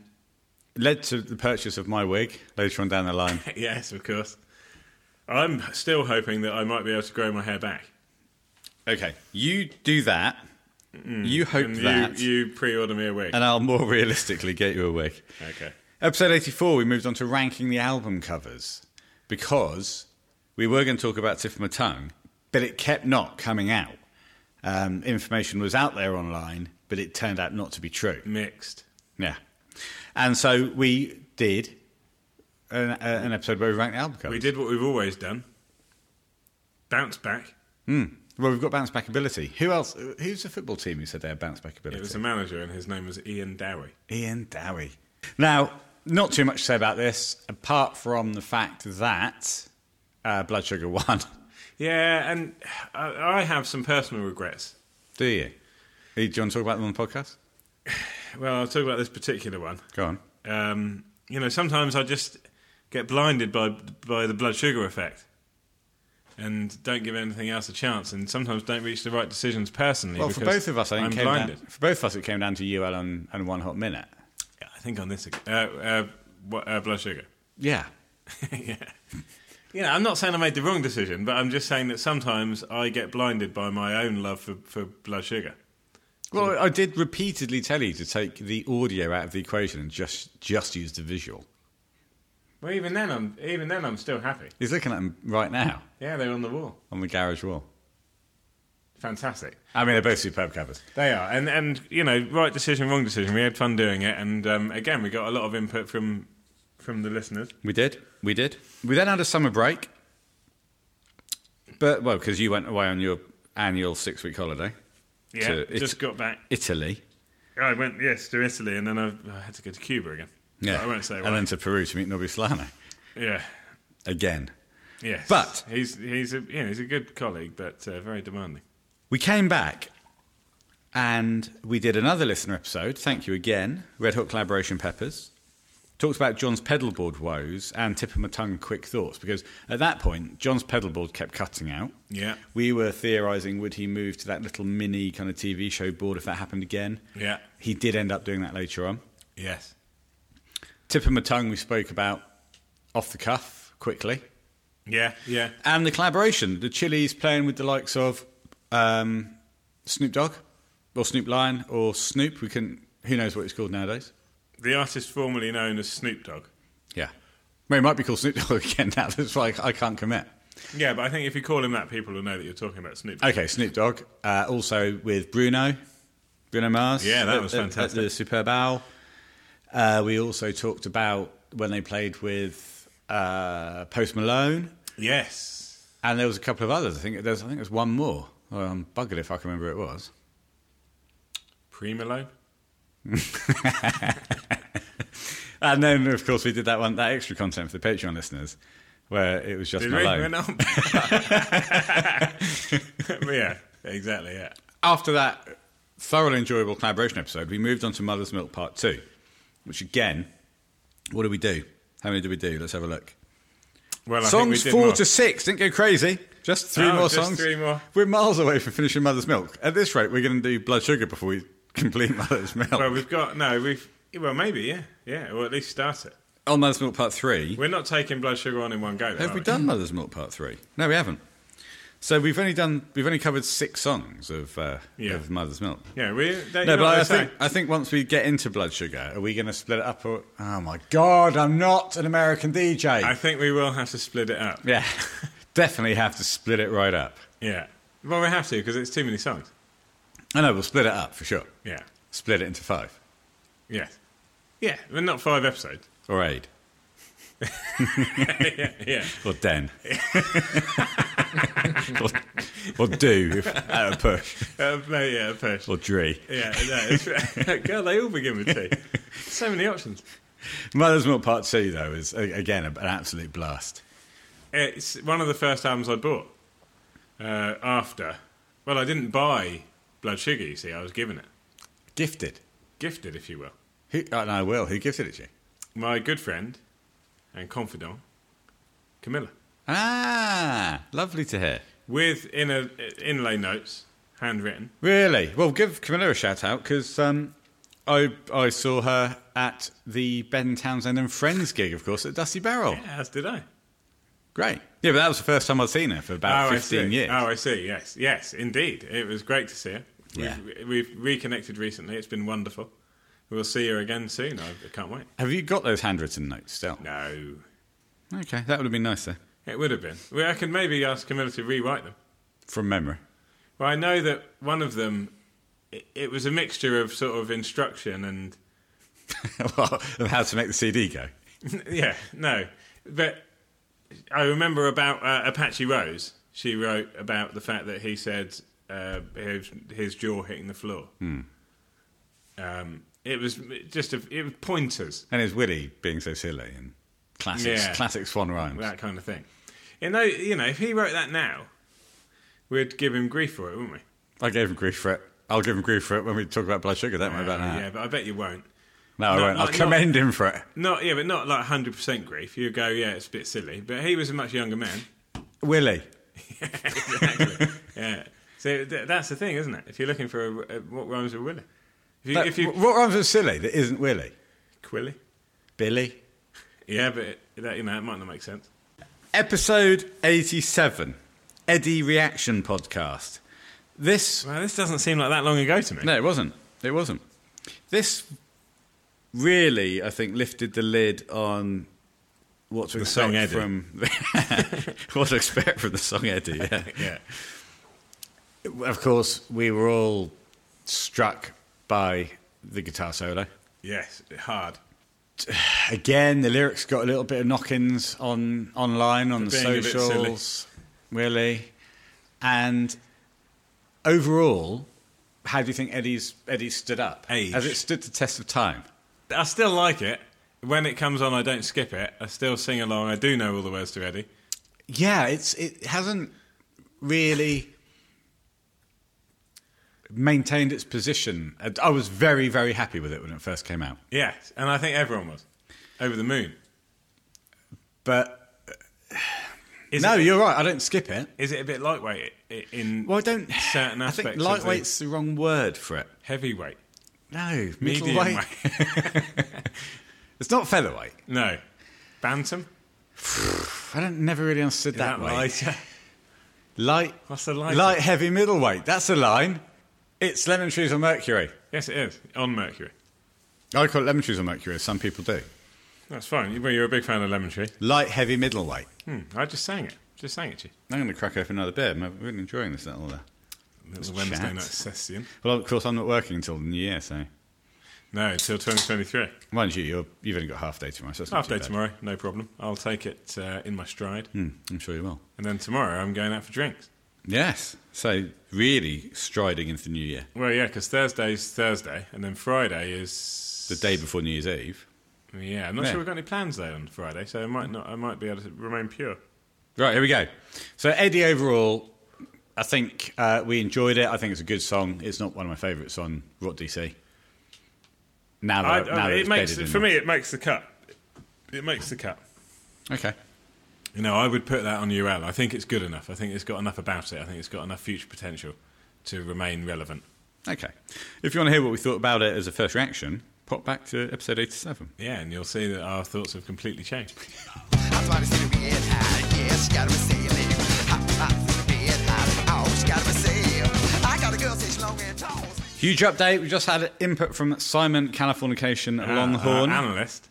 A: led to the purchase of my wig later on down the line.
B: yes, of course. I'm still hoping that I might be able to grow my hair back.
A: okay, you do that. you hope
B: Hmm. And
A: that,
B: you, you pre-order me a wig.
A: and I'll more realistically get you a wig.
B: okay.
A: Episode eighty-four. We moved on to ranking the album covers because we were going to talk about Tip of My Tongue, but it kept not coming out. Um, information was out there online, but it turned out not to be true.
B: Mixed.
A: Yeah, and so we did an, uh, an episode where we ranked the album covers.
B: We did what we've always done. Bounce back.
A: Well, we've got bounce back ability. Who else? Who's the football team who said they had bounce back ability?
B: It was a manager, and his name was Ian Dowie.
A: Ian Dowie. Now, not too much to say about this, apart from the fact that uh, Blood Sugar won.
B: Yeah, and I, I have some personal regrets.
A: Do you? Do you want to talk about them on the podcast?
B: Well, I'll talk about this particular one.
A: Go on.
B: Um, you know, sometimes I just get blinded by by the blood sugar effect, and don't give anything else a chance, and sometimes don't reach the right decisions personally.
A: Well, for
B: because
A: both of us, I think
B: I'm
A: it came
B: blinded.
A: Down, for both of us, it came down to UL and, and One Hot Minute.
B: Yeah, I think on this, uh, uh, what, uh, blood sugar.
A: Yeah.
B: yeah. You know, I'm not saying I made the wrong decision, but I'm just saying that sometimes I get blinded by my own love for, for blood sugar.
A: Well, I did repeatedly tell you to take the audio out of the equation and just just use the visual.
B: Well, even then, I'm even then I'm still happy.
A: He's looking at them right now
B: Yeah, they're on the wall.
A: on the garage wall.
B: Fantastic.
A: I mean, they're both superb covers.
B: They are, and and you know, right decision, wrong decision. We had fun doing it, and um, again, we got a lot of input from from the listeners.
A: We did. We did. We then had a summer break. But, well, because you went away on your annual six week holiday.
B: Yeah,
A: to It-
B: just got back.
A: Italy.
B: I went yes to Italy, and then I, I had to go to Cuba again.
A: Yeah.
B: I won't say
A: And
B: why.
A: then to Peru to meet Nobby Solano
B: Yeah,
A: again.
B: yes.
A: But-
B: he's he's a you know, he's a good colleague, but uh, very demanding.
A: We came back and we did another listener episode. Thank you again, Red Hook Collaboration Peppers. Talked about John's pedalboard woes and tip of my tongue quick thoughts because at that point, John's pedalboard kept cutting out.
B: Yeah.
A: We were theorizing would he move to that little mini kind of TV show board if that happened again?
B: Yeah.
A: He did end up doing that later on.
B: Yes.
A: Tip of my tongue, we spoke about off the cuff quickly.
B: Yeah, yeah.
A: And the collaboration, the Chili's playing with the likes of um, Snoop Dogg or Snoop Lion or Snoop. We can, who knows what it's called nowadays?
B: The artist formerly known as Snoop Dogg.
A: Yeah. Well, it might be called Snoop Dogg again now. That's why I can't commit.
B: Yeah, but I think if you call him that, people will know that you're talking about Snoop. Dogg.
A: Okay, Snoop Dogg. Uh, also with Bruno, Bruno Mars.
B: Yeah, that
A: at-
B: was
A: at-
B: fantastic.
A: At the Super Bowl. Uh, we also talked about when they played with uh, Post Malone,
B: Yes.
A: and there was a couple of others. I think there's, I think there's one more. Well, I'm buggered if I can remember who it was.
B: Primalo.
A: And then, of course, we did that one, that extra content for the Patreon listeners, where it was just
B: Did we? We're
A: Malone.
B: not- yeah, exactly. Yeah.
A: After that thoroughly enjoyable collaboration episode, we moved on to Mother's Milk Part Two, which again, what did we do? How many did we do? Let's have a look.
B: Well, I think we
A: songs
B: did
A: four
B: more.
A: to six. Didn't go crazy. Just three
B: Oh,
A: more
B: just
A: songs.
B: three more.
A: We're miles away from finishing Mother's Milk. At this rate, we're going to do Blood Sugar before we complete Mother's Milk.
B: Well, we've got no. We've well, maybe yeah, yeah, or at least start it.
A: on Mother's Milk Part Three,
B: We're not taking blood sugar on in one go. though,
A: have
B: are
A: we done Mother's Milk Part Three? No, we haven't. So we've only done we've only covered six songs of uh,
B: Yeah.
A: of Mother's Milk.
B: Yeah, we. They,
A: No,
B: you know
A: but
B: what
A: I,
B: they say.
A: think I think once we get into Blood Sugar, are we going to split it up? Or oh my God, I'm not an American DJ.
B: I think we will have to split it up.
A: yeah, definitely have to split it right up.
B: Yeah. Well, we have to because it's too many songs.
A: I know we'll split it up for sure.
B: Yeah.
A: Split it into five
B: Yes. Yeah. But not five episodes.
A: or eight.
B: Yeah.
A: Or den. or, or do, if at a push.
B: Uh, no, yeah. Push.
A: Or dree.
B: Yeah. No, it's, God, they all begin with T. So many options.
A: Mother's Milk Part 2, though, is, a- again, an absolute blast.
B: It's one of the first albums I bought. Uh, after, well, I didn't buy Blood Sugar. You see, I was given it,
A: Gifted.
B: gifted, if you will.
A: Who, oh, no, I will. Who gifted it to you?
B: My good friend and confidant, Camilla,
A: Ah, lovely to hear.
B: with inner, inlay notes, handwritten.
A: Really? Well, give Camilla a shout out because um, I, I saw her at the Ben Townsend and Friends gig, of course, at Dusty Barrel.
B: Yeah, as did I.
A: Great. Yeah, but that was the first time I'd seen her for about
B: I
A: 15
B: see.
A: years.
B: Oh, I see. Yes, yes, indeed. It was great to see her.
A: Yeah.
B: We've, we've reconnected recently. It's been wonderful. We'll see her again soon. I I can't wait.
A: Have you got those handwritten notes still?
B: No,
A: Okay, that would have been nice, though,
B: it would have been. Well, I could maybe ask Camilla to rewrite them.
A: from memory.
B: Well, I know that one of them, it, it was a mixture of sort of instruction and
A: well, of how to make the CD go.
B: yeah, no, but I remember about uh, Apache Rose. She wrote about the fact that he said uh, his, his jaw hitting the floor.
A: Hmm.
B: Um, it was just a, it was pointers
A: And it's Willie being so silly and classic,
B: Yeah.
A: classic swan rhymes.
B: that kind of thing. You know, you know, if he wrote that now, we'd give him grief for it, wouldn't we?
A: I gave him grief for it. I'll give him grief for it when we talk about blood sugar. Don't worry about
B: Uh,
A: that.
B: Yeah, but I bet you won't.
A: No, I
B: No,
A: won't.
B: no,
A: I'll
B: no.
A: commend him for it.
B: Not yeah, but not like hundred percent grief. You go, yeah, it's a bit silly. But he was a much younger man.
A: Willie.
B: exactly. yeah. So th- that's the thing, isn't it? If you're looking for a, a, what rhymes with Willie, if you,
A: Like,
B: if you
A: wh- What rhymes with silly that isn't Willie?
B: Quilly,
A: Billy.
B: yeah, but it, that, you know, it might not make sense.
A: Episode 87 Eddie Reaction Podcast. This.
B: Well, this doesn't seem like that long ago to me.
A: No, it wasn't. It wasn't. This really, I think, lifted the lid on what to expect
B: song Eddie.
A: from what to expect from the song Eddie. Yeah.
B: Yeah,
A: Of course, we were all struck by the guitar solo.
B: yes, hard.
A: Again, the lyrics got a little bit of knockins on online on the
B: For being a bit
A: socials, really. And overall, how do you think Eddie's Eddie stood up?
B: Age.
A: Has it stood the test of time?
B: I still like it. When it comes on, I don't skip it. I still sing along. I do know all the words to Eddie.
A: Yeah, it's it hasn't really maintained its position. I- I was very very happy with it when it first came out.
B: Yes, and I think everyone was over the moon.
A: But
B: Is
A: no,
B: it,
A: you're right. I don't skip it.
B: is it a bit lightweight i- in
A: Well, I don't.
B: certain
A: I think
B: aspects?
A: lightweight's the wrong word for it.
B: of the heavyweight,
A: No,
B: medium
A: middleweight.
B: weight.
A: It's not featherweight.
B: No. Bantam?
A: I don't never really understood that,
B: that
A: way.
B: lighter?
A: Light,
B: What's the lighter?
A: light, heavy, middleweight. That's a line. It's lemon trees on mercury.
B: Yes, it is on Mercury.
A: I call it lemon trees on mercury. as Some people do.
B: That's fine. You- Well, you're a big fan of Lemon Tree.
A: Light, heavy, middleweight.
B: Hmm, I just sang it. Just sang it to you.
A: I'm going to crack open another beer. I'm really enjoying this. That all there.
B: It's Wednesday
A: chat.
B: night session.
A: Well, of course, I'm not working until the new year, so.
B: No, till 2023.
A: Mind you, you're, you've only got half day tomorrow, so it's not
B: Half
A: too
B: day
A: bad.
B: tomorrow, no problem. I'll take it uh, in my stride.
A: Hmm, I'm sure you will.
B: And then tomorrow I'm going out for drinks.
A: Yes. So, really striding into the new year.
B: Well, yeah, because Thursday's Thursday, and then Friday is
A: The day before New Year's Eve.
B: Yeah, I'm not
A: Yeah.
B: sure we've got any plans though on Friday, so I might not. I might be able to remain pure.
A: Right, here we go. So, Eddie, overall, I think uh, we enjoyed it. I think it's a good song. It's not one of my favourites on Rot DC. Now that,
B: I,
A: Uh, now that
B: I, it
A: it's
B: makes
A: bedded in
B: for
A: there.
B: me. It makes the cut. It makes the cut.
A: Okay.
B: You know, I would put that on UL. I think it's good enough. I think it's got enough about it. I think it's got enough future potential to remain relevant.
A: Okay. If you want to hear what we thought about it as a first reaction, pop back to episode 87.
B: Yeah, and you'll see that our thoughts have completely changed.
F: That's why it's in the red hot. Yes, gotta be sailing. Hot, hot, red hot. Always gotta be sailing. I got a girl, says she's long and tall.
A: Huge update. We just had input from Simon Californication Longhorn.
B: Uh, analyst,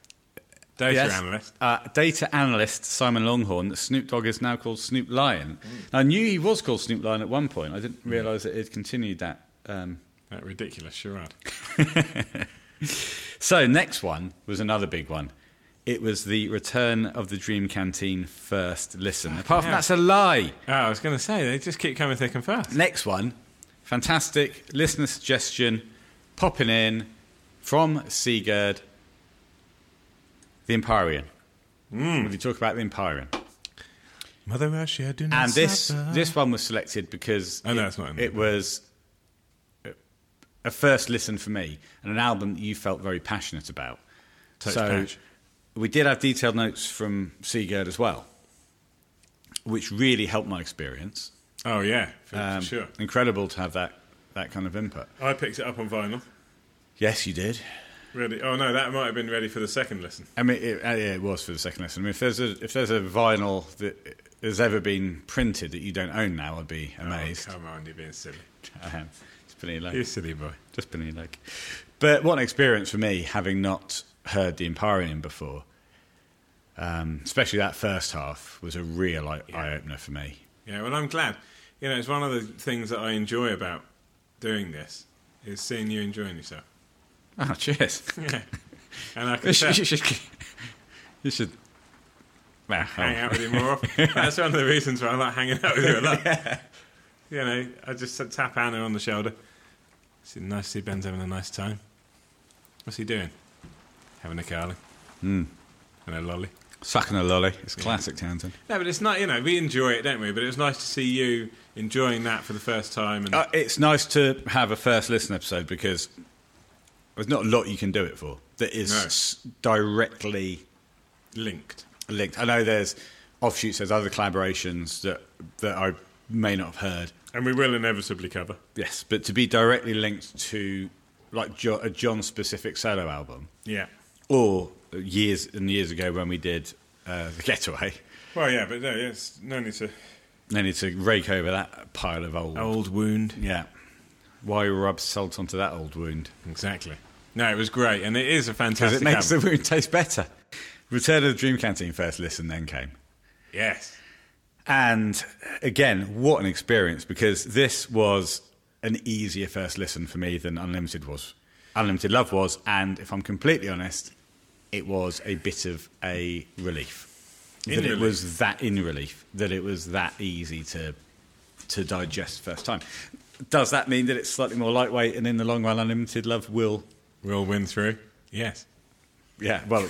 B: data
A: Yes.
B: analyst.
A: Uh, data analyst Simon Longhorn that Snoop Dogg is now called Snoop Lion.
B: Hmm.
A: Now, I knew he was called Snoop Lion at one point. I didn't realise that it continued that. Um,
B: That ridiculous charade.
A: so, next one was another big one. It was the return of the Dream Canteen first listen. Apart from
B: hell.
A: that's a lie.
B: Oh, I was going to say they just keep coming thick and fast.
A: Next one, fantastic listener suggestion popping in from Seagird, the Empyrean. Mm. Will you talk about the Empyrean?
B: Mother Russia, do not
A: And this
B: suffer.
A: this one was selected because
B: Oh, no,
A: it,
B: it's not in
A: it
B: there.
A: was a first listen for me and an album that you felt very passionate about.
B: Touch
A: so
B: patch.
A: we did have detailed notes from Seagird as well, which really helped my experience.
B: Oh yeah, for,
A: Um,
B: for sure.
A: Incredible to have that that kind of input.
B: I picked it up on vinyl.
A: Yes, you did.
B: Ready? Oh no, that might have been ready for the second listen.
A: I mean, it, uh, yeah, it was for the second lesson. I mean, if there's a if there's a vinyl that has ever been printed that you don't own now, I'd be amazed.
B: Oh, come on, you're being silly.
A: I am. It's been like
B: You silly boy.
A: Just been in like. But what an experience for me, having not heard the Empyrean before, um, especially that first half, was a real eye opener for me.
B: Yeah, well, I'm glad. You know, it's one of the things that I enjoy about doing this is seeing you enjoying yourself.
A: Oh, cheers!
B: Yeah, and I
A: you
B: can tell,
A: should. You should, you should well,
B: hang out with you more often. That's one of the reasons why I like hanging out with you a lot. You know, I just said, tap Anna on the shoulder. It's nice to see Ben's having a nice time. What's he doing? Having a carly. And a lolly.
A: sucking a lolly. It's classic Townsend.
B: No, but it's not. You know, we enjoy it, don't we? But it was nice to see you enjoying that for the first time. And
A: Uh, it's nice to have a first listen episode because there's not a lot you can do it for that is
B: No.
A: s- directly
B: linked.
A: linked. I know there's offshoots, there's other collaborations that that I may not have heard.
B: And we will inevitably cover.
A: Yes, but to be directly linked to like jo- a John specific solo album,
B: Yeah.
A: or years and years ago when we did uh, the Getaway,
B: Well, yeah, but no, yes, no need to.
A: they need to rake over that pile of old.
B: Old wound.
A: Yeah, why rub salt onto that old wound?
B: Exactly. No, it was great, and it is a
A: Because
B: fantastic.
A: it makes the
B: album.
A: wound taste better. Return of the Dream Canteen first listen, then came.
B: yes.
A: And uh, again, what an experience because this was an easier first listen for me than Unlimited was. Unlimited Love was, and if I'm completely honest, it was a bit of a relief.
B: In
A: that it
B: relief.
A: was that in relief, that it was that easy to to digest first time. Does that mean that it's slightly more lightweight and in the long run Unlimited Love will
B: We'll win through. Yes.
A: yeah, well,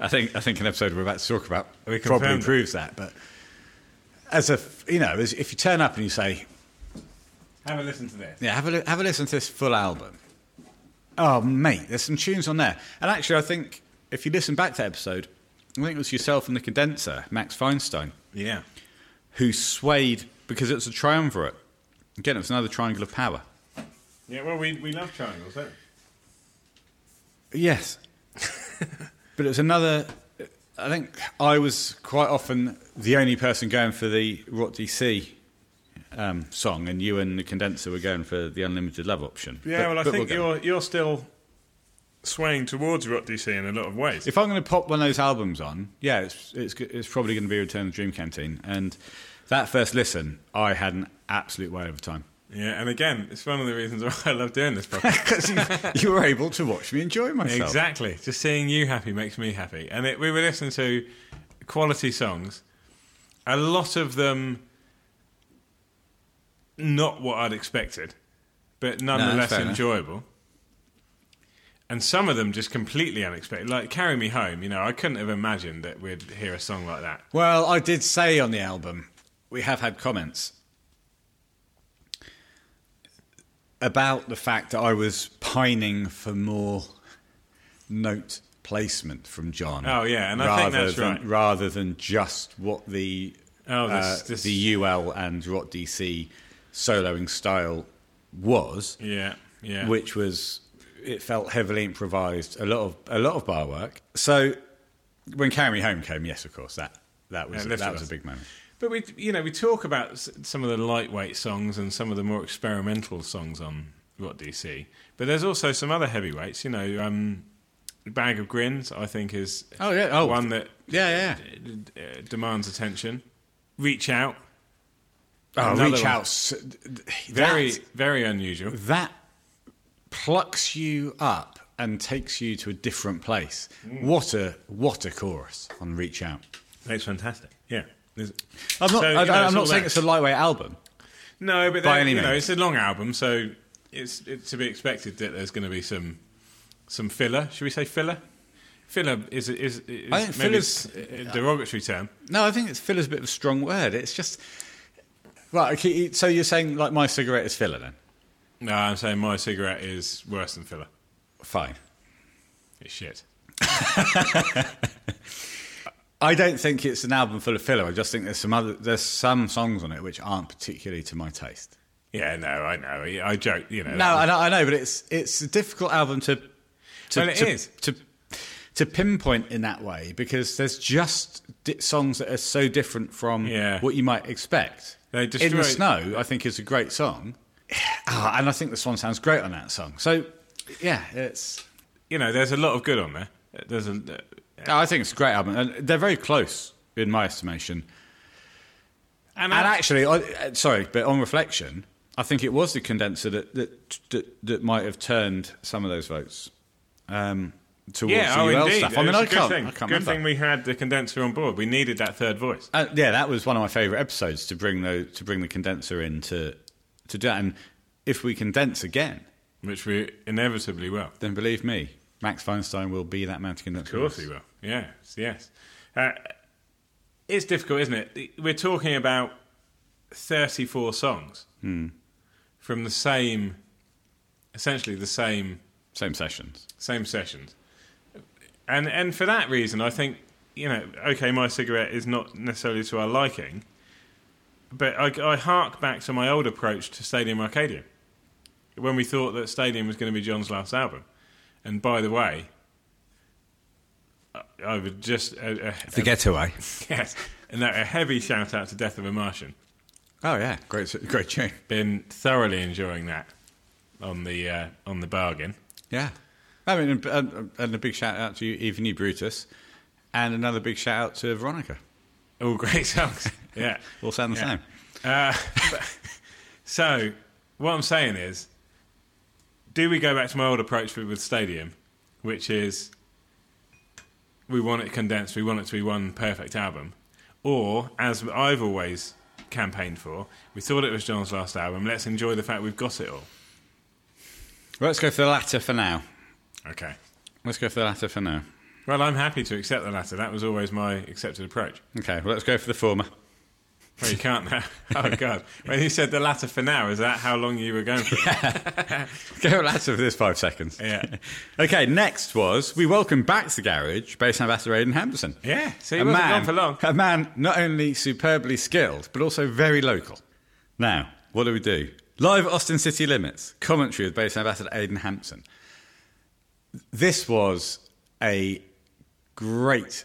A: I think I think an episode we're about to talk about
B: We
A: probably
B: confirmed it.
A: proves that. But as a f- you know, as, if you turn up and you say,
B: Have a listen to this.
A: "Yeah, have a li- have a listen to this full album," oh mate, there's some tunes on there. And actually, I think if you listen back to that episode, I think it was yourself and the condenser, Max Feinstein,
B: Yeah.
A: who swayed because it was a triumvirate. Again, it was another triangle of power.
B: Yeah. Well, we we love triangles, don't we?
A: Yes, but it was another I think I was quite often the only person going for the Rot DC um, song, and you and the condenser were going for the unlimited love option.
B: Yeah,
A: But-
B: well, I
A: but
B: think
A: we'll go.
B: you're you're still swaying towards Rot DC in a lot of ways.
A: If I'm going to pop one of those albums on, yeah, it's it's, go- it's probably going to be Return to Dream Canteen, and that first listen, I had an absolute whale of a time.
B: yeah, and again, it's one of the reasons why I love doing this podcast.
A: you were able to watch me enjoy myself.
B: exactly. Just seeing you happy makes me happy. And it, we were listening to quality songs. A lot of them, not what I'd expected, but nonetheless
A: fair enough.
B: enjoyable. And some of them just completely unexpected. Like Carry Me Home, you know, I couldn't have imagined that we'd hear a song like that.
A: Well, I did say on the album, we have had comments about the fact that I was pining for more note placement from John.
B: Oh, yeah, and I think
A: rather
B: that's
A: than,
B: right.
A: Rather than just what the
B: Oh, this-
A: uh,
B: this-
A: the UL and Rot DC soloing style was
B: Yeah, yeah.
A: which was it felt heavily improvised. A lot of a lot of bar work. So when Carry Me Home came, yes, of course that that was
B: Yeah, lifted
A: that was a
B: us.
A: big moment.
B: But we, you know, we talk about s- some of the lightweight songs and some of the more experimental songs on What DC. But there's also some other heavyweights. You know, um, Bag of Grins, I think, is
A: Oh, yeah.
B: one
A: Oh.
B: that
A: Yeah, yeah.
B: uh, uh, demands attention. Reach out,
A: Oh,
B: Another
A: reach
B: one.
A: out. S- d- d-
B: very,
A: that,
B: very unusual.
A: that plucks you up and takes you to a different place.
B: Mm.
A: What a what a chorus on Reach Out.
B: That's fantastic. Yeah. There's-
A: I'm not
B: So, you
A: I,
B: know,
A: I'm
B: it's all
A: not saying
B: there.
A: it's a lightweight album.
B: No, but
A: By
B: then,
A: any
B: you know,
A: means.
B: it's a long album, so it's, it's to be expected that there's going to be some some filler. Should we say filler? Filler is is, is
A: I think
B: maybe
A: filler's-
B: a derogatory term.
A: No, I think it's filler's a bit of a strong word. It's just right. okay, So you're saying like my cigarette is filler then?
B: No, I'm saying my cigarette is worse than filler.
A: Fine.
B: It's shit.
A: I don't think it's an album full of filler. I just think there's some other there's some songs on it which aren't particularly to my taste.
B: Yeah, no, I know. I I joke, you know.
A: No, I know, I know, but it's it's a difficult album to to
B: Well, it
A: to,
B: is.
A: to to pinpoint in that way because there's just di- songs that are so different from
B: Yeah.
A: what you might expect.
B: They
A: in
B: destroy-
A: the snow, I think is a great song, Ah, and I think the song sounds great on that song. So yeah, it's
B: you know, there's a lot of good on there. There's a uh,
A: I think it's a great album, and they're very close in my estimation.
B: and,
A: And
B: I,
A: actually, I, uh, sorry, but on reflection, I think it was the condenser that that that, that might have turned some of those votes um, towards
B: yeah,
A: the
B: oh,
A: UL
B: indeed.
A: stuff.
B: It
A: I mean,
B: was a
A: I
B: good
A: can't,
B: Thing.
A: I can't
B: good
A: remember.
B: thing we had the condenser on board. We needed that third voice.
A: Uh, yeah, that was one of my favourite episodes to bring the to bring the condenser in to to do. that. And if we condense again,
B: Which we inevitably will.
A: then believe me, Max Feinstein will be that man to condense.
B: Of course he will. Yes, yes. Uh, it's difficult, isn't it? We're talking about 34 songs from the same, essentially the same
A: Same sessions.
B: same sessions. And and for that reason, I think you know, okay, my cigarette is not necessarily to our liking, but I, I hark back to my old approach to Stadium Arcadia, when we thought that Stadium was going to be John's last album. And by the way, I, I would just a, a,
A: The Getaway.
B: yes, and that, a heavy shout out to Death of a Martian.
A: Oh yeah, great great tune.
B: Been thoroughly enjoying that on the uh, on the bargain.
A: Yeah. I mean, and, and, and a big shout out to you, even you, Brutus, and another big shout out to Veronica.
B: All great songs. Yeah.
A: All sound the
B: Yeah.
A: same.
B: So, what I'm saying is, do we go back to my old approach with, with Stadium, which is we want it condensed, we want it to be one perfect album, or as I've always campaigned for, we thought it was John's last album. Let's enjoy the fact we've got it all.
A: Well, let's go for the latter for now.
B: Okay.
A: Let's go for the latter for now.
B: Well, I'm happy to accept the latter. That was always my accepted approach.
A: Okay, well, let's go for the former.
B: Well, you can't now. Oh, God. When you said the latter for now, is that how long you were going for?
A: Go latter for this five seconds.
B: Yeah.
A: okay, next was we welcome back to the garage bass ambassador Aidan Hampson.
B: Yeah, so he wasn't gone for long.
A: A man not only superbly skilled, but also very local. Now, what do we do? Live at Austin City Limits, commentary with bass ambassador Aidan Hampson. This was a great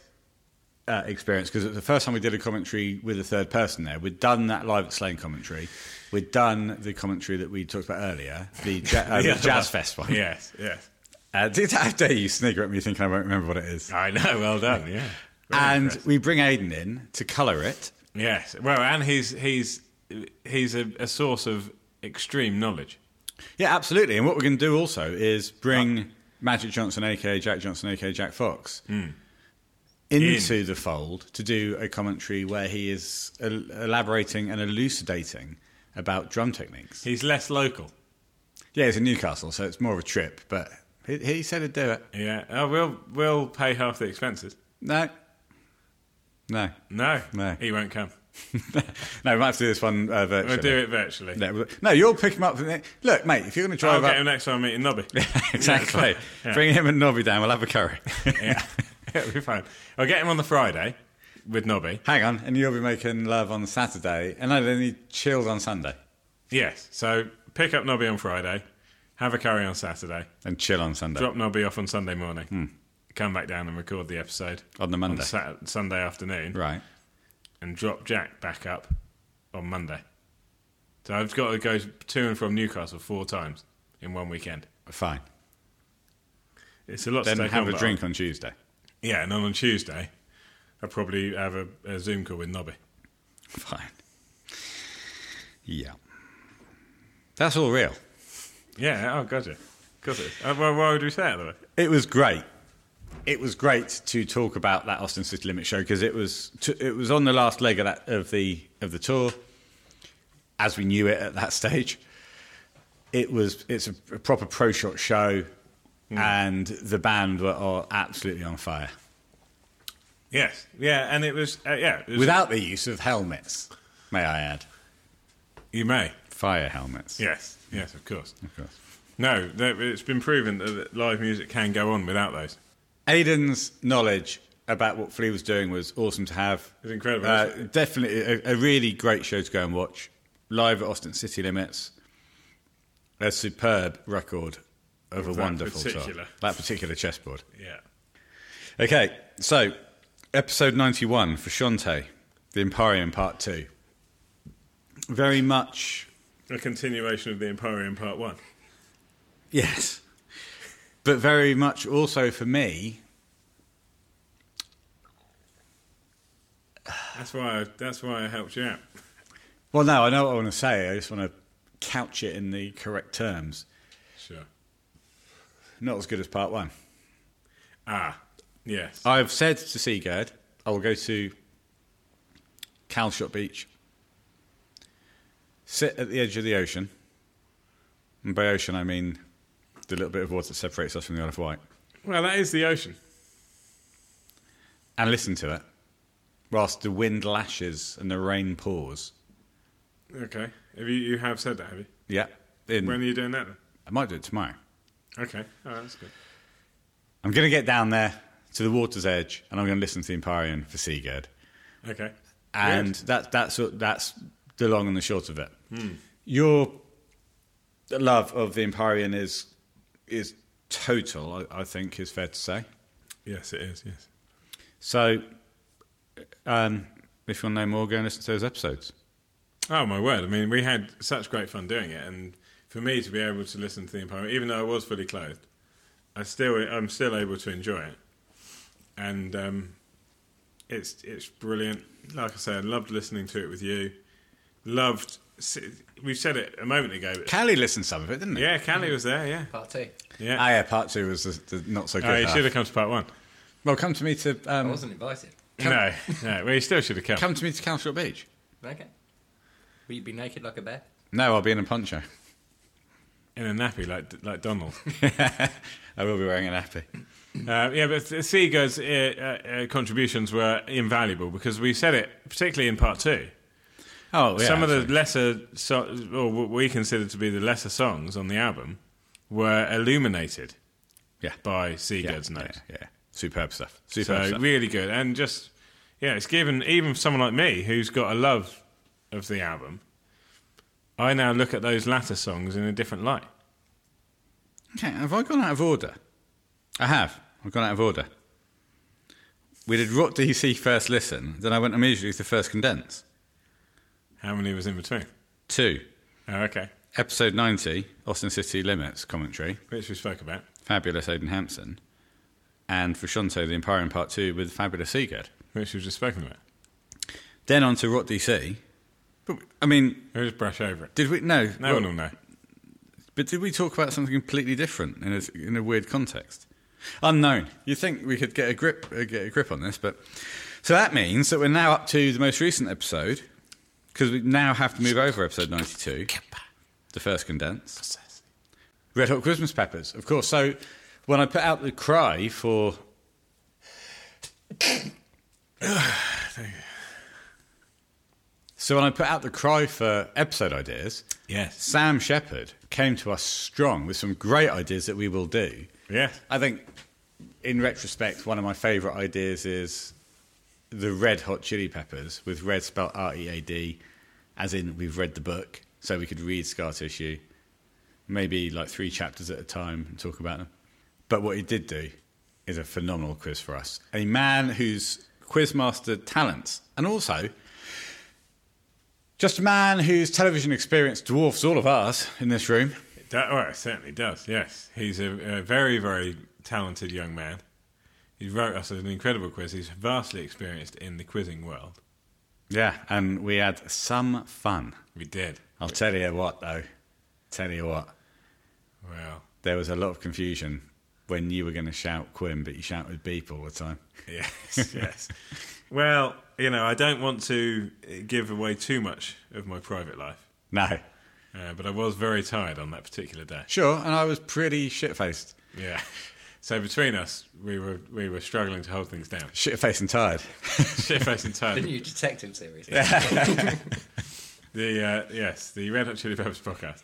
A: uh, experience because it was the first time we did a commentary with a third person there. We'd done that live at Slane commentary. We'd done the commentary that we talked about earlier, the, ja- uh, the
B: Yeah.
A: Jazz Fest one.
B: Yes, yes.
A: Uh, did, how dare you snigger at me thinking I won't remember what it is?
B: I know. Well done. Yeah. Very
A: and
B: impressed.
A: we bring Aiden in to colour it.
B: yes. Well, and he's he's he's a, a source of extreme knowledge.
A: Yeah, absolutely. And what we're going to do also is bring Magic Johnson, aka Jack Johnson, aka Jack Fox,
B: Hmm.
A: into the fold to do a commentary where he is el- elaborating and elucidating about drum techniques.
B: He's less local.
A: Yeah, it's in Newcastle, so it's more of a trip, but he, he said he'd do it.
B: Yeah. Oh, we'll we'll pay half the expenses.
A: No. No.
B: No.
A: No.
B: He won't come.
A: no, we might have to do this one uh, virtually.
B: We'll do it virtually.
A: No, we- no, you'll pick him up. From the, look, mate, if you're going to
B: I'll
A: drive
B: get
A: up,
B: him next time I'm meeting Nobby.
A: exactly.
B: Yeah.
A: Bring him and Nobby down. We'll have a curry.
B: yeah. It'll be fine. I'll get him on the Friday with Nobby.
A: Hang on, and you'll be making love on Saturday, and I then he chilled on Sunday
B: Yes. So pick up Nobby on Friday, have a curry on Saturday,
A: and chill on Sunday
B: drop Nobby off on Sunday morning, come back down and record the episode
A: Hmm. on the Monday,
B: on Sat- Sunday afternoon,
A: right?
B: and drop Jack back up on Monday. So I've got to go to and from Newcastle four times in one weekend.
A: Fine.
B: It's a lot.
A: Then
B: to take
A: have
B: on,
A: a
B: but
A: drink on Tuesday.
B: I- yeah, and then on Tuesday, I'll probably have a, a Zoom call with Nobby.
A: Fine. Yeah, that's all real.
B: Yeah. Oh, gotcha. Got it. Uh, well, why would we say it that way?
A: It was great. It was great to talk about that Austin City Limit show because it was t- it was on the last leg of that of the of the tour, as we knew it at that stage. It was it's a, a proper pro shot show, and the band were all absolutely on fire
B: Yes. Yeah. And it was. Uh, yeah. It was,
A: without the use of helmets. May I add,
B: you may.
A: fire helmets?
B: Yes. Yes. Of course.
A: of course.
B: No, that, it's been proven that- that live music can go on without those.
A: Aidan's knowledge about what Flea was doing was awesome to have.
B: It's incredible,
A: Uh,
B: isn't
A: definitely a, a really great show to go and watch. Live at Austin City Limits. A superb record of a
B: that
A: wonderful tour.
B: particular-
A: That particular chessboard.
B: Yeah.
A: Okay, so episode 91 for Shantae, The Emporium Part 2. Very much
B: A continuation of the Emporium Part One.
A: Yes. But very much also for me,
B: That's why. I, that's why I helped you out.
A: well, no, I know what I want to say. I just want to couch it in the correct terms.
B: Sure.
A: Not as good as part one.
B: Ah. Yes.
A: I've said to Seagird, I will go to Calshot Beach, sit at the edge of the ocean, and by ocean I mean the little bit of water that separates us from the Isle of Wight,
B: well, that is the ocean.
A: and listen to it whilst the wind lashes and the rain pours.
B: Okay. Have you, you have said that, have you?
A: Yeah. In,
B: When are you doing that? Then?
A: I might do it tomorrow.
B: Okay. Oh, that's good.
A: I'm going to get down there to the water's edge and I'm going to listen to the Empyrean for Seagird.
B: Okay.
A: and that, that's that's the long and the short of it.
B: Hmm.
A: Your love of the Empyrean is is total. I, I think is fair to say.
B: Good. Yes, it is. Yes.
A: So, um, if you want to know more, go and listen to those episodes.
B: Oh my word! I mean, we had such great fun doing it, and for me to be able to listen to the Empire, even though I was fully clothed, I still I'm still able to enjoy it, and um, it's it's brilliant. Like I said, I loved listening to it with you. Loved. We said it a moment ago. But
A: Callie listened to some of it, didn't he?
B: yeah, Callie was there. Yeah,
D: Part two.
B: yeah.
A: Ah, yeah, part two was the, the not so good.
B: oh, you
A: half.
B: should have come to part one.
A: Well, come to me to
D: I
A: um,
D: wasn't invited.
B: No, no. Well, you still should have come.
A: come to me to Calshot Beach.
D: Okay. Will you be naked like a bear?
A: No, I'll be in a poncho.
B: in a nappy like like Donald.
A: I will be wearing an nappy.
B: Uh, yeah, but Sega's uh, uh, uh, contributions were invaluable because we said it, particularly in part two.
A: Oh, yeah.
B: Some of the lesser, so, or what we considered to be the lesser songs on the album, were illuminated
A: yeah,
B: by
A: yeah,
B: Sega's
A: yeah,
B: notes.
A: yeah. superb stuff.
B: So
A: Superb stuff.
B: really good, and just yeah, it's given even someone like me who's got a love of the album. I now look at those latter songs in a different light.
A: Okay, have I gone out of order? I have. I've gone out of order. We did Rock DC first listen, then I went immediately to first condense.
B: How many was in between?
A: Two.
B: Oh, okay.
A: Episode 90, Austin City Limits commentary,
B: Which we spoke about.
A: fabulous Aidan Hampson, and Frusciante, The Empire in Part 2 with fabulous Seagard.
B: Which we've just spoken about.
A: Then on to Rot DC. But, I mean,
B: We'll just brush over it.
A: did we? No.
B: No one will know.
A: But did we talk about something completely different in a, in a weird context? Unknown. You think we could get a grip uh, get a grip on this, but so that means that we're now up to the most recent episode because we now have to move over episode ninety two, the first condensed. Red Hot Christmas Peppers, of course. So when I put out the cry for So when I put out the cry for episode ideas,
B: Yes.
A: Sam Shepard came to us strong with some great ideas that we will do.
B: Yes.
A: I think, in retrospect, one of my favourite ideas is the Red Hot Chili Peppers with red spelled R E A D, as in we've read the book, so we could read Scar Tissue, maybe like three chapters at a time and talk about them. But what he did do is a phenomenal quiz for us. A man who's quizmaster talents and also just a man whose television experience dwarfs all of ours in this room.
B: It do- well, it certainly does, yes. He's a, a very, very talented young man. He wrote us an incredible quiz. He's vastly experienced in the quizzing world.
A: Yeah, and we had some fun.
B: We did.
A: I'll tell you what, though. Tell you what.
B: Well,
A: There was a lot of confusion when you were going to shout Quinn, but you shouted beep all the time.
B: yes, yes. Well, you know, I don't want to uh, give away too much of my private life,
A: No.
B: uh, but I was very tired on that particular day.
A: Sure, and I was pretty shit faced.
B: Yeah. So between us, we were we were struggling to hold things down.
A: Shit faced and tired.
B: Shit facing
D: The
B: time.
D: new detective series.
B: The uh, yes, the Red Hot Chili Peppers podcast.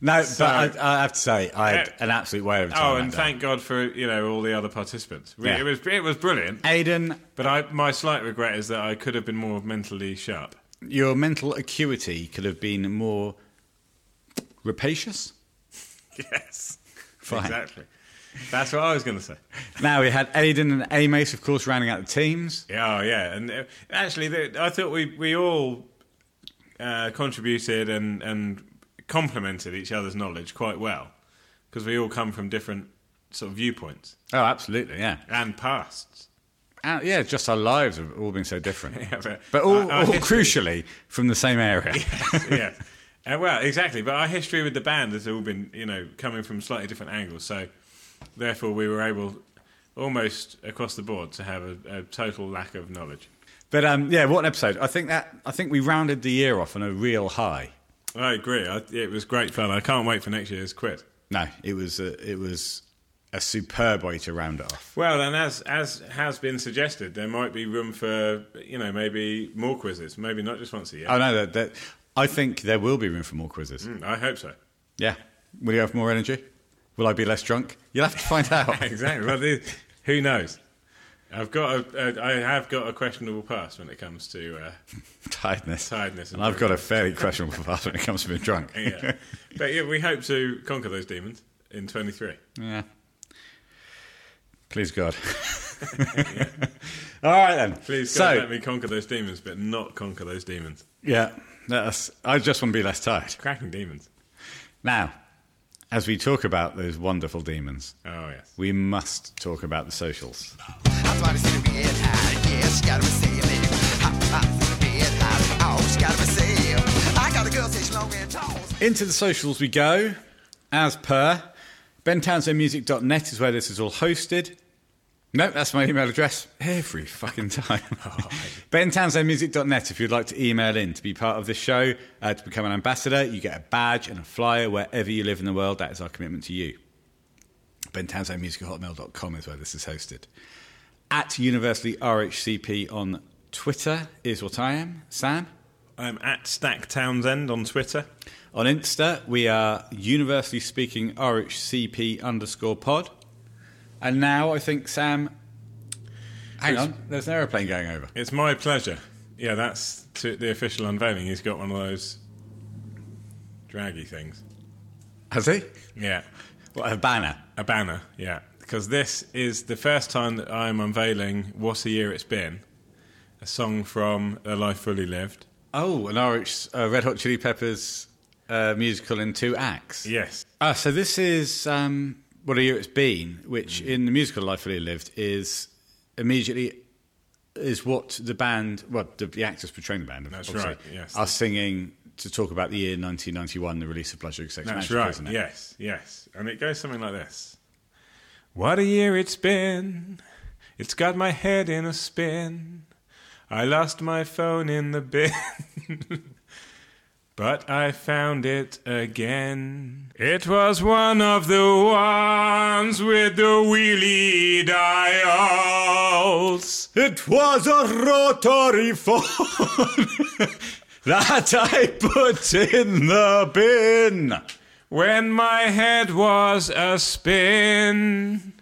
A: No,
B: So-
A: but I, I have to say, I had
B: Yeah.
A: an absolute way of time.
B: Oh, and
A: that
B: thank God for you know all the other participants. We,
A: Yeah.
B: It was it was brilliant.
A: day. Aiden,
B: But I, my slight regret is that I could have been more mentally sharp.
A: your mental acuity could have been more rapacious.
B: Yes,
A: Fine.
B: exactly. That's what I was going to say.
A: Now we had Aiden and Amace, of course, rounding out the teams.
B: Yeah, oh, yeah, and uh, actually, the, I thought we we all uh, contributed and and complemented each other's knowledge quite well because we all come from different sort of viewpoints
A: Oh, absolutely, yeah.
B: and pasts.
A: Uh, yeah, just our lives have all been so different.
B: Yeah, but-
A: but all,
B: Our- our
A: all
B: history.
A: crucially from the same area.
B: yeah. Uh, well, exactly. But our history with the band has all been, you know, coming from slightly different angles. So, therefore, we were able, almost across the board, to have a, a total lack of knowledge.
A: But um, yeah, what an episode! I think that I think we rounded the year off on a real high.
B: I agree. I, it was great fun. I can't wait for next year's quiz.
A: No, it was a, it was a superb way to round it off.
B: Well, and as as has been suggested, there might be room for you know maybe more quizzes. Maybe not just once a year.
A: Oh no, that, that I think there will be room for more quizzes.
B: Mm, I hope so.
A: Yeah, will you have more energy? Will I be less drunk? You'll have to find out.
B: Exactly. well, the- who knows? I've got a, a, I have got a questionable past when it comes to uh,
A: Tiredness,
B: Tiredness and
A: and I've got a fairly questionable past when it comes to being drunk.
B: yeah. But yeah, we hope to conquer those demons in 23.
A: Yeah. Please God. All right then.
B: Please
A: so,
B: God, let me conquer those demons, but not conquer those demons.
A: Yeah, that's, I just want to be less tired.
B: Cracking demons.
A: Now, as we talk about those wonderful demons,
B: Oh, yes.
A: we must talk about the socials.
F: That's why they say we get high. Yes, gotta be sailing. Hop, hop, through the bed, hop. Always gotta be sailing. I got a girl, say she long and tall.
A: Into the socials we go, as per. BenTownsendMusic.net is where this is all hosted. No, that's my email address every fucking time. BenTownsendMusic.net if you'd like to email in to be part of this show, uh, to become an ambassador. You get a badge and a flyer wherever you live in the world. That is our commitment to you. BenTownsendMusic.hotmail.com is where this is hosted. At University RHCP on Twitter is what I am, Sam.
B: I'm at Stack Townsend on Twitter.
A: On Insta, we are universally speaking RHCP underscore pod. And now I think Sam. Hang on, there's an aeroplane going over.
B: It's my pleasure. Yeah, that's to the official unveiling. He's got one of those draggy things.
A: Has he?
B: Yeah.
A: What, a banner?
B: A banner, yeah. because this is the first time that I am unveiling What a Year It's Been, a song from A Life Fully Lived.
A: Oh, an RH uh, Red Hot Chili Peppers uh, musical in two acts.
B: Yes.
A: Ah, so this is um, what a year it's been, which
B: Mm.
A: in the musical Life Fully Lived is immediately is what the band, well, the, the actors portraying the band,
B: That's
A: obviously,
B: right, yes.
A: are singing to talk about the year 1991, the release of Blood Sugar Sex
B: That's
A: Magic,
B: right.
A: isn't it?
B: Yes, yes. And it goes something like this What a year it's been. It's got my head in a spin. I lost my phone in the bin. but I found it again. It was one of the ones with the wheelie dials.
A: It was a rotary phone that I put in the bin.
B: When my head was a spin.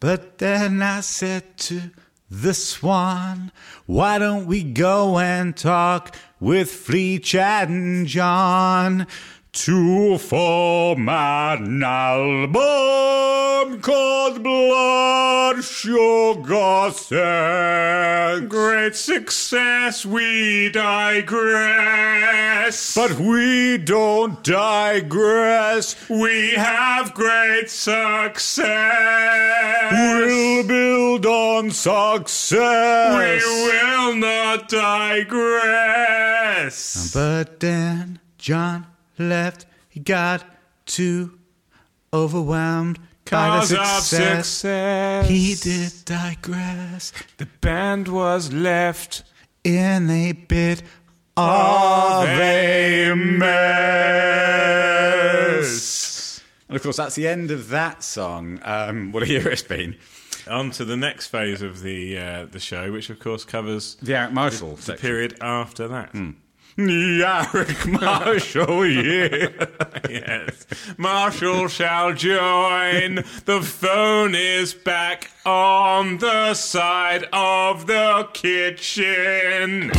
A: But then I said to the swan, why don't we go and talk with Flea, Chad, and John to form an album called Blood Sugar Sex?
B: Great success, we digress.
A: But we don't digress.
B: we have great success.
A: We'll build on success.
B: will not digress.
A: But then John left. He got too overwhelmed by the
B: Cause of
A: success.
B: success,
A: He did digress
B: The band was left
A: in a bit of a mess. And of course, that's the end of that song. Um, what a year it's been.
B: on to the next phase of the uh, the show, which of course covers
A: The Eric Marshall
B: the period after that.
A: The Eric Marshall year.
B: yes. Marshall shall join. The phone is back on the side of the kitchen.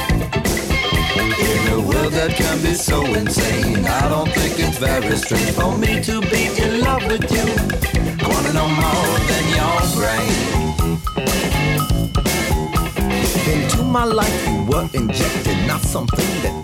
G: In a world that can be so insane, I don't think it's very strange for me to be in love with you. I wanna know more than your brain. Into my life you were injected, not something that